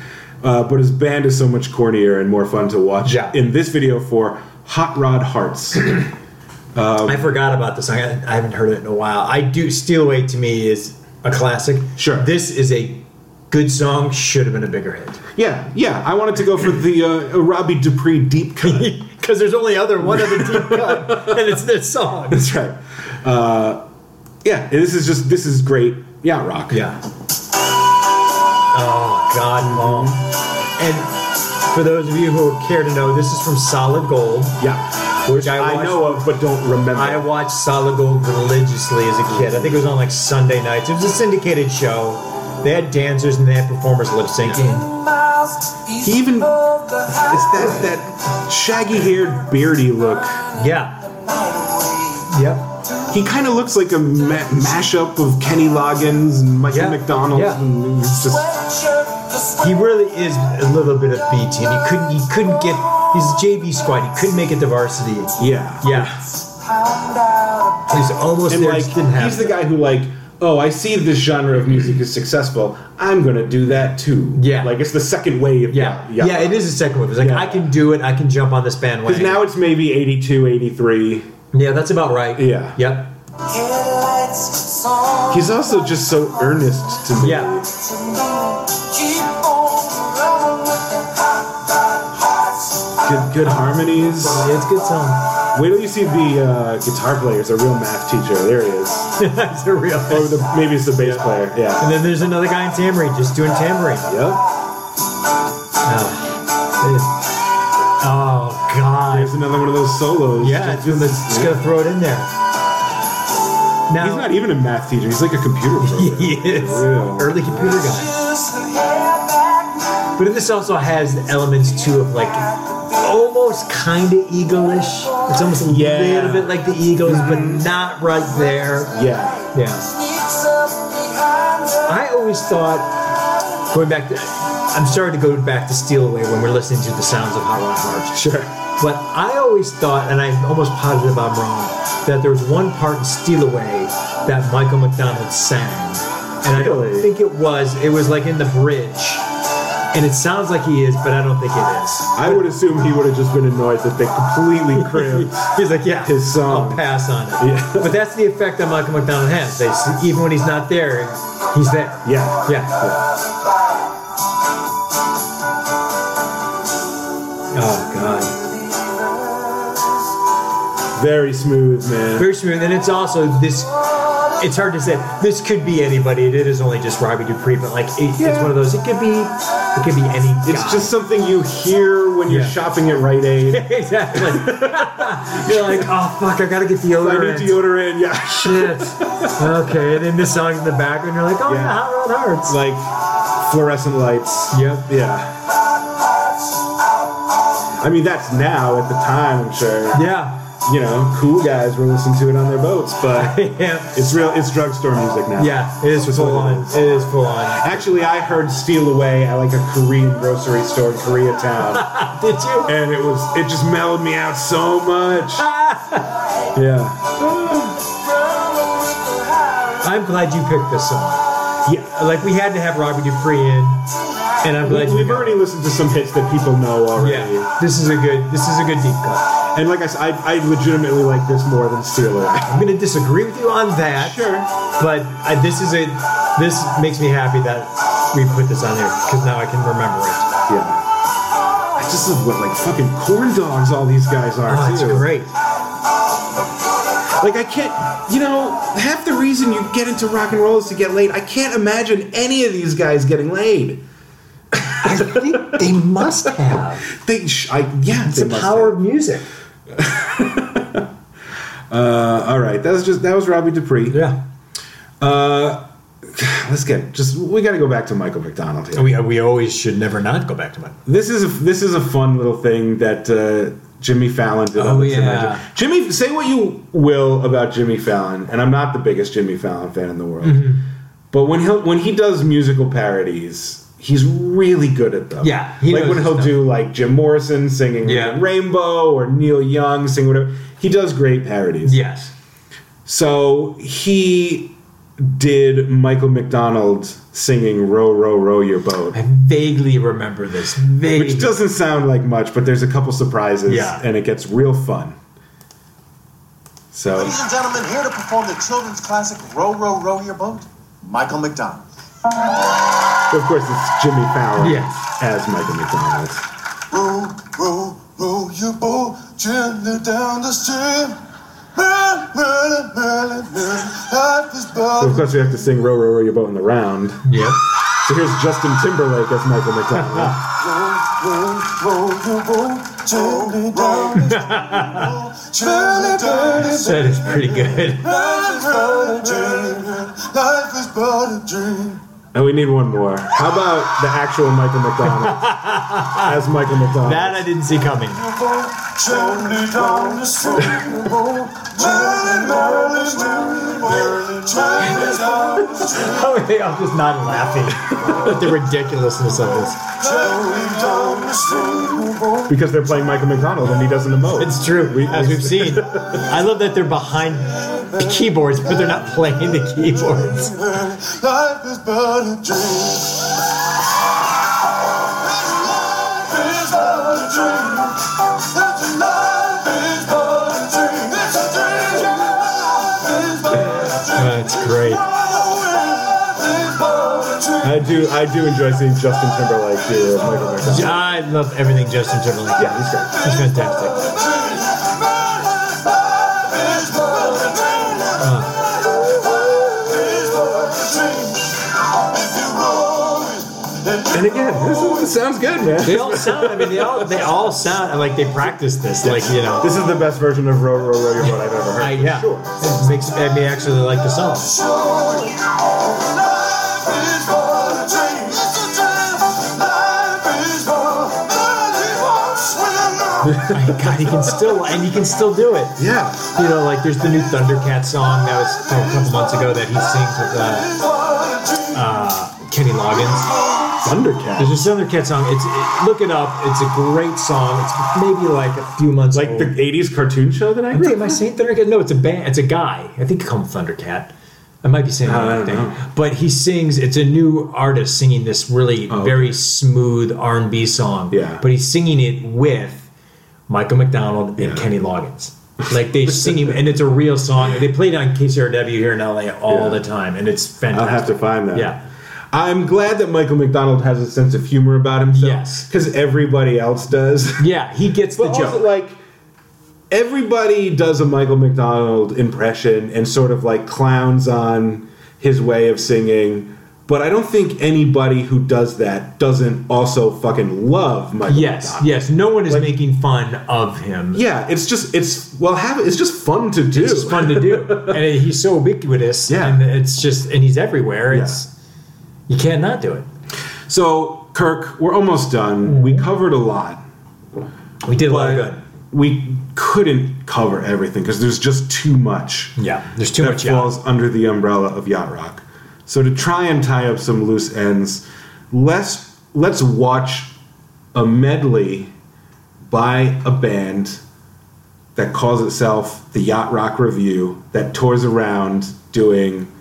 Uh, but his band is so much cornier and more fun to watch.
Yeah.
In this video for Hot Rod Hearts.
I forgot about the song. I, I haven't heard it in a while. I do. Steal Away to me is a classic.
Sure.
This is a good song. Should have been a bigger hit.
yeah, yeah. I wanted to go for the uh, Robbie Dupree deep cut.
Because there's only other one other deep cut, and it's this song.
That's right. Uh, yeah, this is just this is great. Yeah, rock.
Yeah. Oh God, mom. And for those of you who care to know, this is from Solid Gold,
yeah.
which I, watched,
I know of, but don't remember.
I watched Solid Gold religiously as a kid. I think it was on like Sunday nights. It was a syndicated show. They had dancers and they had performers lip syncing.
he even it's that that shaggy haired beardy look.
Yeah. Yep.
He kind of looks like a ma- mashup of Kenny Loggins and Michael
Yeah,
McDonald.
yeah.
And he's just
He really is a little bit of BT, and he couldn't. He couldn't get. He's a JV squad. He couldn't make it to varsity.
yeah,
Yeah. He's almost
And
there.
like
just didn't have
he's the
it.
guy who like. Oh, I see this genre of music is successful. I'm gonna do that too.
Yeah.
like it's the second wave.
Yeah. yeah, It is a second wave. It's like
Yeah.
I can do it. I can jump on this bandwagon.
because now it's maybe 82, 83.
yeah, that's about right.
Yeah.
Yep.
He's also just so earnest to me.
Yeah.
Good, good harmonies.
Yeah, it's a good song.
Wait till you see the uh, guitar player. It's a real math teacher. There he is.
it's a real.
Or the, maybe it's the bass player. Yeah.
And then there's another guy in tambourine just doing tambourine.
Yep.
Oh, it- oh God.
There's another one of those solos.
Yeah, it's,
Just-
it's just gonna throw it in there. Now,
He's not even a math teacher. He's like a computer programmer.
he is Er-
Yeah.
early computer guy. But this also has elements too of like almost kind of egoish. It's almost a
Yeah.
little bit like the egos, but not right there.
Yeah.
Yeah. I always thought going back to. I'm sorry to go back to Steal Away when we're listening to the sounds of Hot Rock March.
Sure.
But I always thought, and I'm almost positive I'm wrong, that there was one part in Stealaway that Michael McDonald sang. And I don't
Really?
think it was. It was like in the bridge. And it sounds like he is, but I don't think it is.
I would assume he would have just been annoyed that they completely cribbed.
He's like, yeah,
His song.
I'll pass on it.
Yeah.
But that's the effect that Michael McDonald has. They, even when he's not there, he's there.
yeah.
Yeah. Oh, God.
Very smooth, man.
Very smooth, and it's also this. It's hard to say. This could be anybody. It is only just Robbie Dupree, but like it, it's
Yeah.
one of those. It could be. It could be any.
it's
guy.
just something you hear when you're
Yeah.
shopping at Rite Aid.
exactly. You're like, oh fuck, I gotta get
I need
deodorant.
deodorant. Yeah.
Shit. Okay, and then this song's in the background. You're like, oh yeah,
Yeah.
hot rod hearts.
like fluorescent lights.
Yep.
Yeah. I mean, that's now. At the time, I'm sure.
Yeah.
You know, cool guys were listening to it on their boats, but
Yeah.
it's real. It's drugstore music now.
Yeah. It is
That's
full
what it
on.
is.
It is full on.
Actually, I heard "Steal Away" at like a Korean grocery store in Koreatown,
Did you?
and it was it just mellowed me out so much. yeah,
I'm glad you picked this song.
yeah.
Like we had to have Robbie Dupree in, and I'm glad
We,
you.
we've
got it.
already listened to some hits that people know already,
Yeah, this is a good this is a good deep cut.
and like I said, I, I legitimately like this more than "Steal Away."
I'm gonna disagree with you on that, but I, this is a this makes me happy that we put this on there because now I can remember it.
Yeah. I just love what like fucking corn dogs all these guys are
Oh, it's
too.
great.
Like I can't, you know, half the reason you get into rock and roll is to get laid. I can't imagine any of these guys getting laid.
I think they must have.
They, sh- I yeah,
It's
they
the
must
power
have.
of music.
Uh, all right, that was just that was Robbie Dupree.
Yeah.
Uh, let's get just we got to go back to Michael McDonald here.
We, we always should never not go back to my
This is a, this is a fun little thing that uh, Jimmy Fallon did. on
Oh,
the Tonight
yeah.
Show. Jimmy. Say what you will about Jimmy Fallon, and I'm not the biggest Jimmy Fallon fan in the world,
Mm-hmm.
but when he when he does musical parodies, he's really good at them.
Yeah, he
like
knows
when
his
he'll
stuff.
do like Jim Morrison singing
Yeah.
Rainbow or Neil Young singing whatever. He does great parodies.
Yes.
So he did Michael McDonald singing "Row, row, row your boat."
I vaguely remember this. Vaguely.
Which doesn't sound like much, but there's a couple surprises,
Yeah.
and it gets real fun. So,
Ladies and gentlemen, here to perform the children's classic Row, Row, Row Your Boat, Michael McDonald.
of course, it's Jimmy Fallon
Yes.
as Michael McDonald.
Row, row, row your boat gently down the stream. Merrily, merrily, merrily, merrily, life is
Oh.
So of
but
course, we have to sing "Row, Row, Row Your Boat" in the round.
Yep.
So here's Justin Timberlake as Michael McDonald.
row, row your boat gently down the stream. Merrily, merrily,
That is pretty good.
life is but a dream. Life is but a dream.
And we need one more. How about the actual Michael McDonald as Michael McDonald?
That I didn't see coming.
Your boat gently down the stream. Your boat gently, merrily, merrily, merrily, gently down the stream.
How are they all just not laughing at the ridiculousness of this?
Gently down the stream. Your boat
because they're playing Michael McDonald and he doesn't emote.
It's true, as we've seen. I love that they're behind the keyboards, but they're not playing the keyboards.
Life is but a dream. It's but a dream. It's a life is but a dream. It's a dream. Life is but a dream.
That's great.
Life is but a dream.
I do, I do enjoy seeing Justin Timberlake do Michael McDonald.
I love everything Justin Timberlake.
Yeah, he's great.
He's fantastic.
Life is but a dream. Life is but a dream. If you roll it,
And like, yeah, this, is, this sounds good, man.
They all sound. I mean, they all they all sound like they practiced this. Like you know,
This is the best version of Row, Row, Row Your Boat I've ever heard.
I, yeah.
Sure.
It makes I may actually like the song. God, you can still and you can still do it.
Yeah.
You know, like there's the new Thundercat song that was from a couple months ago that he sings with uh, uh, Kenny Loggins. There's
Thundercat.
this Thundercat song. It's it, look it up. It's a great song. It's maybe like a few months
Like
old.
the 80s cartoon show that I
I
grew
think,
up
am I saying Thundercat? No, it's a band. It's a guy. I think they call him Thundercat. I might be saying the
I
wrong
don't
thing.
know.
But he sings. It's a new artist singing this really
Oh, okay.
very smooth R and B song.
Yeah.
But he's singing it with Michael McDonald and
Yeah.
Kenny Loggins. Like they sing him, and it's a real song. They play it on KCRW here in LA all
Yeah.
the time, and it's
I'll
fantastic.
have to find that.
Yeah.
I'm glad that Michael McDonald has a sense of humor about himself.
Yes.
Because everybody else does.
Yeah, he gets the
But
joke.
also, like, everybody does a Michael McDonald impression and sort of like clowns on his way of singing. But I don't think anybody who does that doesn't also fucking love Michael
yes,
McDonald.
yes. No one is
Like-
making fun of him.
Yeah, it's just it's well, have it's just fun to do.
It's fun to do, and he's so ubiquitous.
Yeah.
and it's just and he's everywhere. It's you can't not do it.
So, Kirk, we're almost done.
Mm-hmm.
We covered a lot.
We did a lot
but
of good.
we couldn't cover everything because there's just too much
Yeah, there's too
that
much. out.
falls under the umbrella of yacht rock. So to try and tie up some loose ends, let's let's watch a medley by a band that calls itself the Yacht Rock Review that tours around doing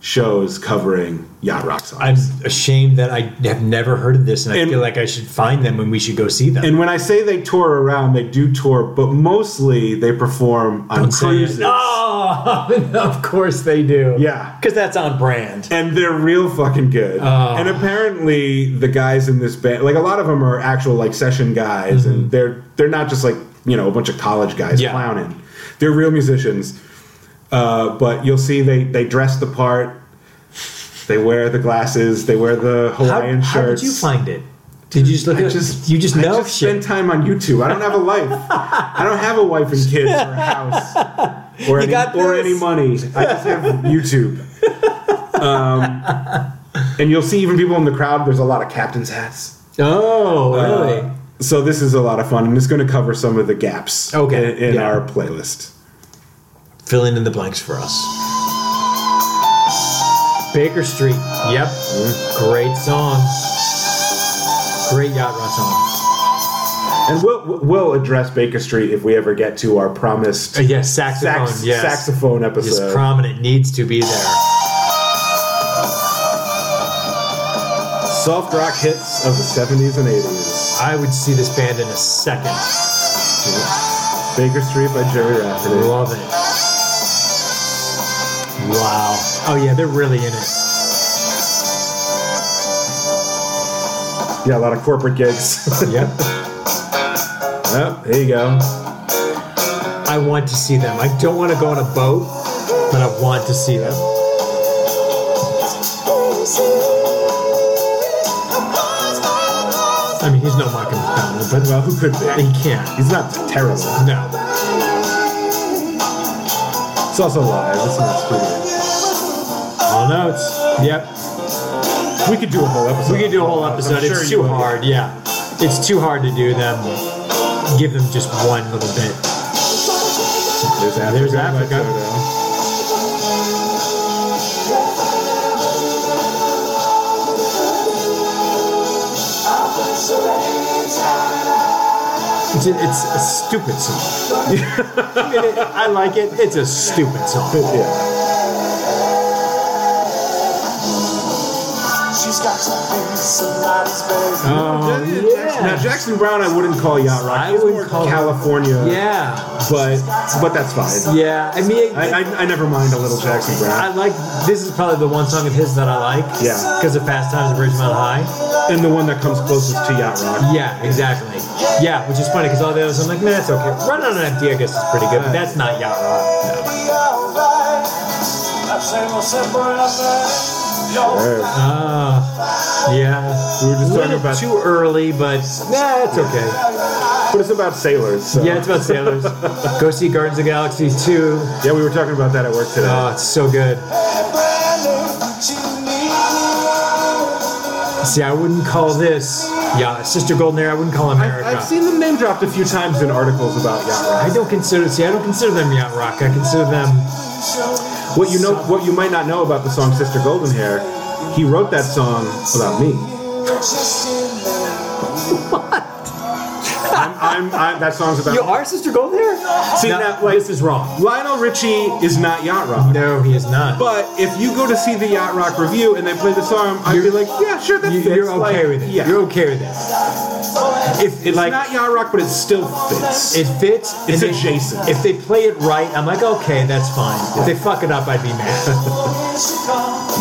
shows covering yacht rock songs.
I'm ashamed that I have never heard of this, and I
And-
feel like I should find them and we should go see them.
And when I say they tour around, they do tour, but mostly they perform on
I'm saying-
cruises.
Oh, of course they do.
Yeah.
because that's on brand.
And they're real fucking good.
Ah.
and apparently, the guys in this band, like a lot of them, are actual like session guys, and they're they're not just like you know a bunch of college guys
Mm-hmm. Yeah.
clowning. They're real musicians. Uh, but you'll see they they dress the part. They wear the glasses. They wear the
How,
Hawaiian
how
shirts.
did you find it? Did you just look
I
at
just
you just
I
know
just spend
shit?
time on YouTube. I don't have a life. I don't have a wife and kids or a house or any
got
or
this.
any money. I just have YouTube. Um, and you'll see even people in the crowd. There's a lot of captains hats.
oh, really?
Uh, so this is a lot of fun, and it's going to cover some of the gaps
Okay,
in, in
yeah.
our playlist.
Filling in the blanks for us. Baker Street. Yep. Great song. Great yacht rock song.
And we'll we'll address Baker Street if we ever get to our promised
Uh, yes, saxophone.
sax,
yes.
saxophone
Is
episode.
prominent. Needs to be there.
Soft rock hits of the 70s and 80s.
I would see this band in a second.
Baker Street by Jerry Rafferty.
Love it. Wow. Oh yeah, they're really in it.
Yeah, a lot of corporate gigs.
Yep.
oh, there you go.
I want to see them. I don't want to go on a boat, but I want to see them. I mean, he's no Michael McDonald, but
Well, who could be?
he can't.
He's not terrible.
No.
It's also live. It's not pretty.
All notes. Oh, Yep.
We could do a whole episode.
We could do a whole episode.
I'm sure
it's
you
too
would.
hard. Yeah. It's too hard to do them. Give them just one little bit.
There's Africa.
There's
by
Africa.
Toto.
It's a, it's a stupid song. I, mean, it- I like it. It's a stupid song.
But, yeah.
She's got to be somebody's baby.
Oh,
Now
yeah.
Jackson Brown, I wouldn't call yacht rock.
I
He's
would
more
call-
California.
Yeah.
but but that's fine.
Yeah. I mean,
I, I, I never mind a little Jackson
I
Brown.
like this is probably the one song of his that I like.
Yeah.
Because of Fast Times at Ridgemont High.
And the one that comes closest to yacht rock.
Yeah, exactly. Yeah, which is funny because all the others I'm like, man, it's okay. Run on an empty, I guess is pretty good, but that's not Yacht Rock.
Be alright. I say we'll separate our lives.
Ah, yeah.
We were just
A
talking
little
about.
too early, but nah, it's okay.
But it's about sailors. So.
Yeah, it's about sailors. Go see Guardians of the Galaxy 2.
Yeah, we were talking about that at work today.
Oh, it's so good. See, I wouldn't call this. Yeah, Sister Golden Air, I wouldn't call
I,
America.
I've seen them name dropped a few times in articles about yacht rock.
I don't consider see. I don't consider them yacht rock. I consider them
What you know, what you might not know about the song "Sister Golden Hair," he wrote that song about me. What? I'm, I'm, I'm, that song's about.
You are Sister Gold Hair?
See,
No,
now, like-
this is wrong.
Lionel Richie is not yacht rock.
No, he is not.
But if you go to see the yacht rock review and they play the song, I'd be like, yeah, sure, that
you,
fits.
are okay
like,
with it.
Yeah,
You're okay with it. If
it's
like
not yacht rock, but it still fits.
it fits,
It's
and
adjacent.
They, if they play it right, I'm like, okay, that's fine. If they fuck it up, I'd be mad.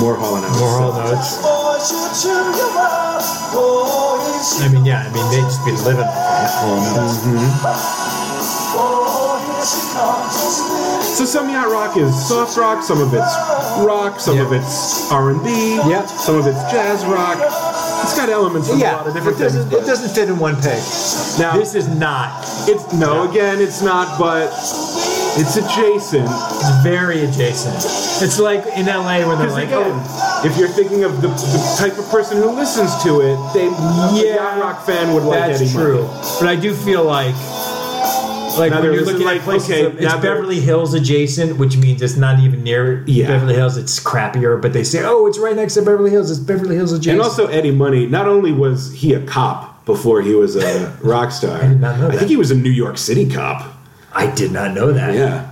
More Hall and Oates.
Moral notes. I mean, yeah. I mean, they just be living.
So some yacht rock is soft rock, some of it's rock, some
Yeah.
of it's R and B,
Yeah.
some of it's jazz rock. It's got elements from a
Yeah,
lot of different
it doesn't,
things.
it doesn't fit in one peg.
Now
This is not.
it's no, again, it's not, but it's adjacent.
It's very adjacent. It's like in LA when they're
Because
like,
again,
oh,
if you're thinking of the, the type of person who listens to it, they a
Yeah.
yacht rock fan would like
oh, that's
Eddie
true.
Murphy.
But I do feel like, like
Now
when
there
you're
is
looking
like,
at places,
okay,
it's
now there-
Beverly Hills adjacent, which means it's not even near
Yeah.
Beverly Hills. It's crappier, but they say, oh, it's right next to Beverly Hills. It's Beverly Hills adjacent.
And also Eddie Money. Not only was he a cop before he was a rock star,
did not know
I
that.
think he was a New York City cop.
I did not know that.
Yeah.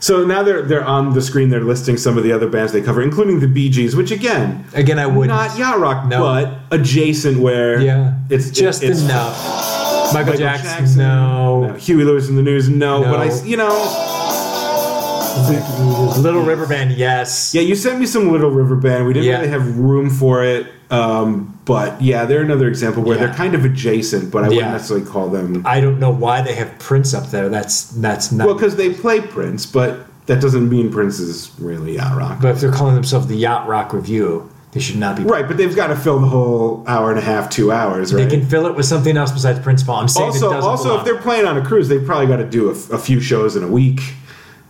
So now they're they're on the screen. They're listing some of the other bands they cover, including the Bee Gees, which again,
Again, I wouldn't.
not yacht rock,
No.
but adjacent. Where
yeah,
it's
just
it- it's
enough. Michael,
Michael
Jackson,
Jackson,
no.
no, Oh, Huey Lewis in the News, no,
No.
But I, s- you know,
Little River Band, yes.
yeah, you sent me some Little River Band. We didn't
Yeah.
really have room for it. Um, but yeah, they're another example where
Yeah.
they're kind of adjacent, but I
Yeah.
wouldn't necessarily call them.
I don't know why they have Prince up there. That's that's not.
Well, because they play Prince, but that doesn't mean Prince is really yacht rock.
but if they're calling themselves the Yacht Rock Review, they should not be.
right, but they've got to fill the whole hour and a half, two hours.
They
Right?
can fill it with something else besides Prince Paul. I'm saying
also,
it doesn't
also
belong.
if they're playing on a cruise, they probably got to do a, a few shows in a week.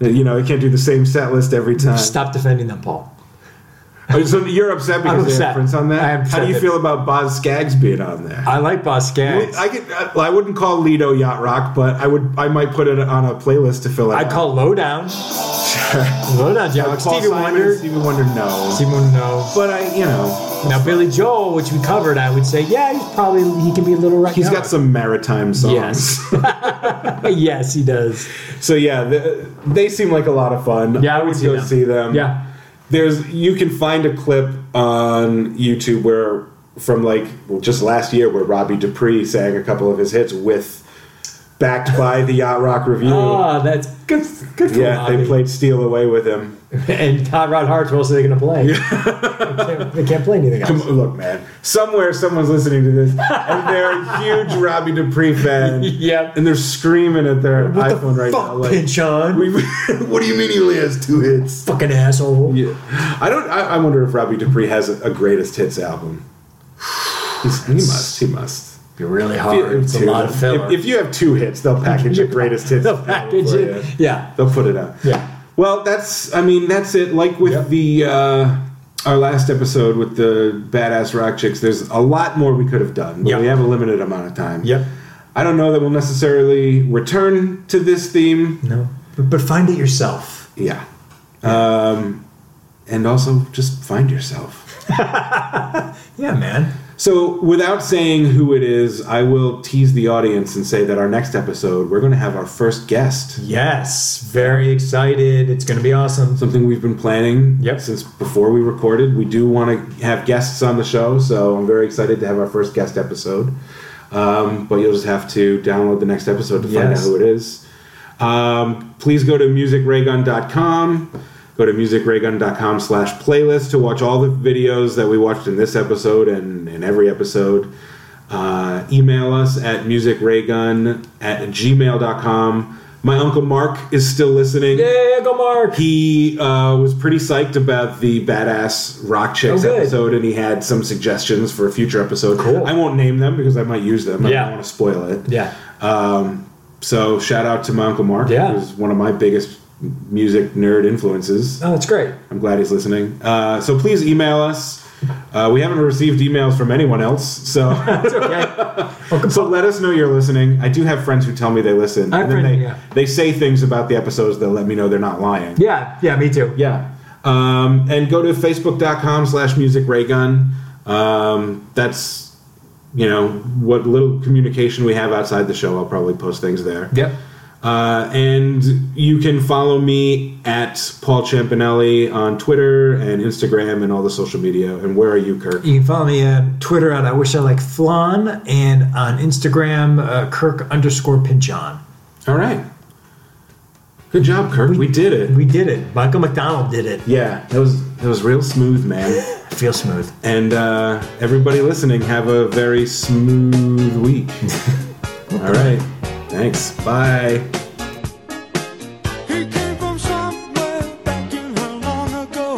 Uh, You know, they can't do the same set list every time.
Stop defending them, Paul.
Oh, So you're upset because
I'm
they
upset.
have Prince on that.
I am
How do you
upset.
feel about Boz Scaggs being on there?
I like Boss Gags.
I could, I, well, I wouldn't call Lido yacht rock, but I would. I might put it on a playlist to fill it.
I
out.
call Lowdown. Lowdown, Jack.
Like Paul
Stevie
Simon and
Wonder.
Stevie Wonder, no.
Stevie Wonder, no.
But I, you know,
Now Billy Joel, which we covered, I would say, yeah, he's probably he can be a little right.
he's got some maritime songs.
Yes. yes, he does.
So yeah, the, they seem like a lot of fun.
Yeah, I
I would
would see
go
them.
see them.
Yeah.
there's you can find a clip on YouTube where from like well, just last year where Robbie Dupree sang a couple of his hits with backed by the Yacht Rock Review.
Ah, that's good. Good for
yeah, they
Bobby.
played "Steal Away" with him.
and Todd Rod Hart's what else are they going to play? they, can't, they can't play anything
Come
else.
on, look, man. Somewhere, someone's listening to this, and they're a huge Robbie Dupree fan.
Yep.
and they're screaming at their
What the
iPhone right
fuck,
now. Like,
pinch on,
we, what do you mean he only has two hits?
fucking asshole.
Yeah. I don't. I, I wonder if Robbie Dupree has a, a greatest hits album. He's- he must. He must.
You're really hard. It's a
Two.
lot of filler.
If, if you have two hits, they'll package your greatest hits.
the
album
package,
for
it,
you.
yeah,
They'll put it out.
Yeah.
Well, that's. I mean, that's it. Like with
Yep.
the uh, our last episode with the badass rock chicks. There's a lot more we could have done, but
Yep.
we have a limited amount of time.
Yep.
I don't know that we'll necessarily return to this theme.
no, but, but find it yourself.
Yeah. Um, and also, just find yourself.
Yeah, man.
So, without saying who it is, I will tease the audience and say that our next episode, we're going to have our first guest.
Yes, very excited. It's gonna be awesome.
Something we've been planning
Yep.
since before we recorded. We do want to have guests on the show, so I'm very excited to have our first guest episode. Um, but you'll just have to download the next episode to find out
Yes.
who it is. Um, please go to musicraygun.com. Go to musicraygun.com slash playlist to watch all the videos that we watched in this episode and, and every episode. Uh, email us at musicraygun at gmail.com. My uncle Mark is still listening.
Yeah, go Mark.
He uh, was pretty psyched about the badass rock chicks
Oh, good.
episode, and he had some suggestions for a future episode.
Cool.
I won't name them because I might use them. I
Yeah.
don't want to spoil it.
Yeah.
So shout out to my uncle Mark,
Yeah.
who's one of my biggest music nerd influences.
Oh, that's great.
I'm glad he's listening. Uh, so please email us. Uh, we haven't received emails from anyone else, so so let us know you're listening. I do have friends who tell me they listen,
I have
and then
friends,
they
yeah.
they say things about the episodes that let me know they're not lying.
Yeah, yeah, me too.
Yeah. Um, and go to facebook.com slash music raygun. Um, that's, you know, what little communication we have outside the show. I'll probably post things there.
Yep.
Uh, and you can follow me at Paul Champanelli on Twitter and Instagram and all the social media. And where are you, Kirk?
You can follow me on Twitter at I wish I like flan and on Instagram uh, Kirk underscore Pinchon.
All right. Good job, Kirk. We, did it.
We did it. Michael McDonald did it.
yeah, that was that was real smooth, man.
I feel smooth.
And uh, everybody listening, have a very smooth week. All right. Thanks. Bye.
He came from somewhere back in hell long ago.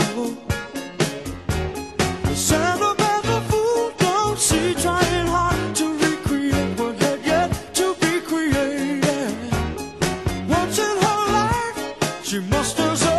The sound of the fool don't see trying hard to recreate what had yet to be created. Once in her life, she musters a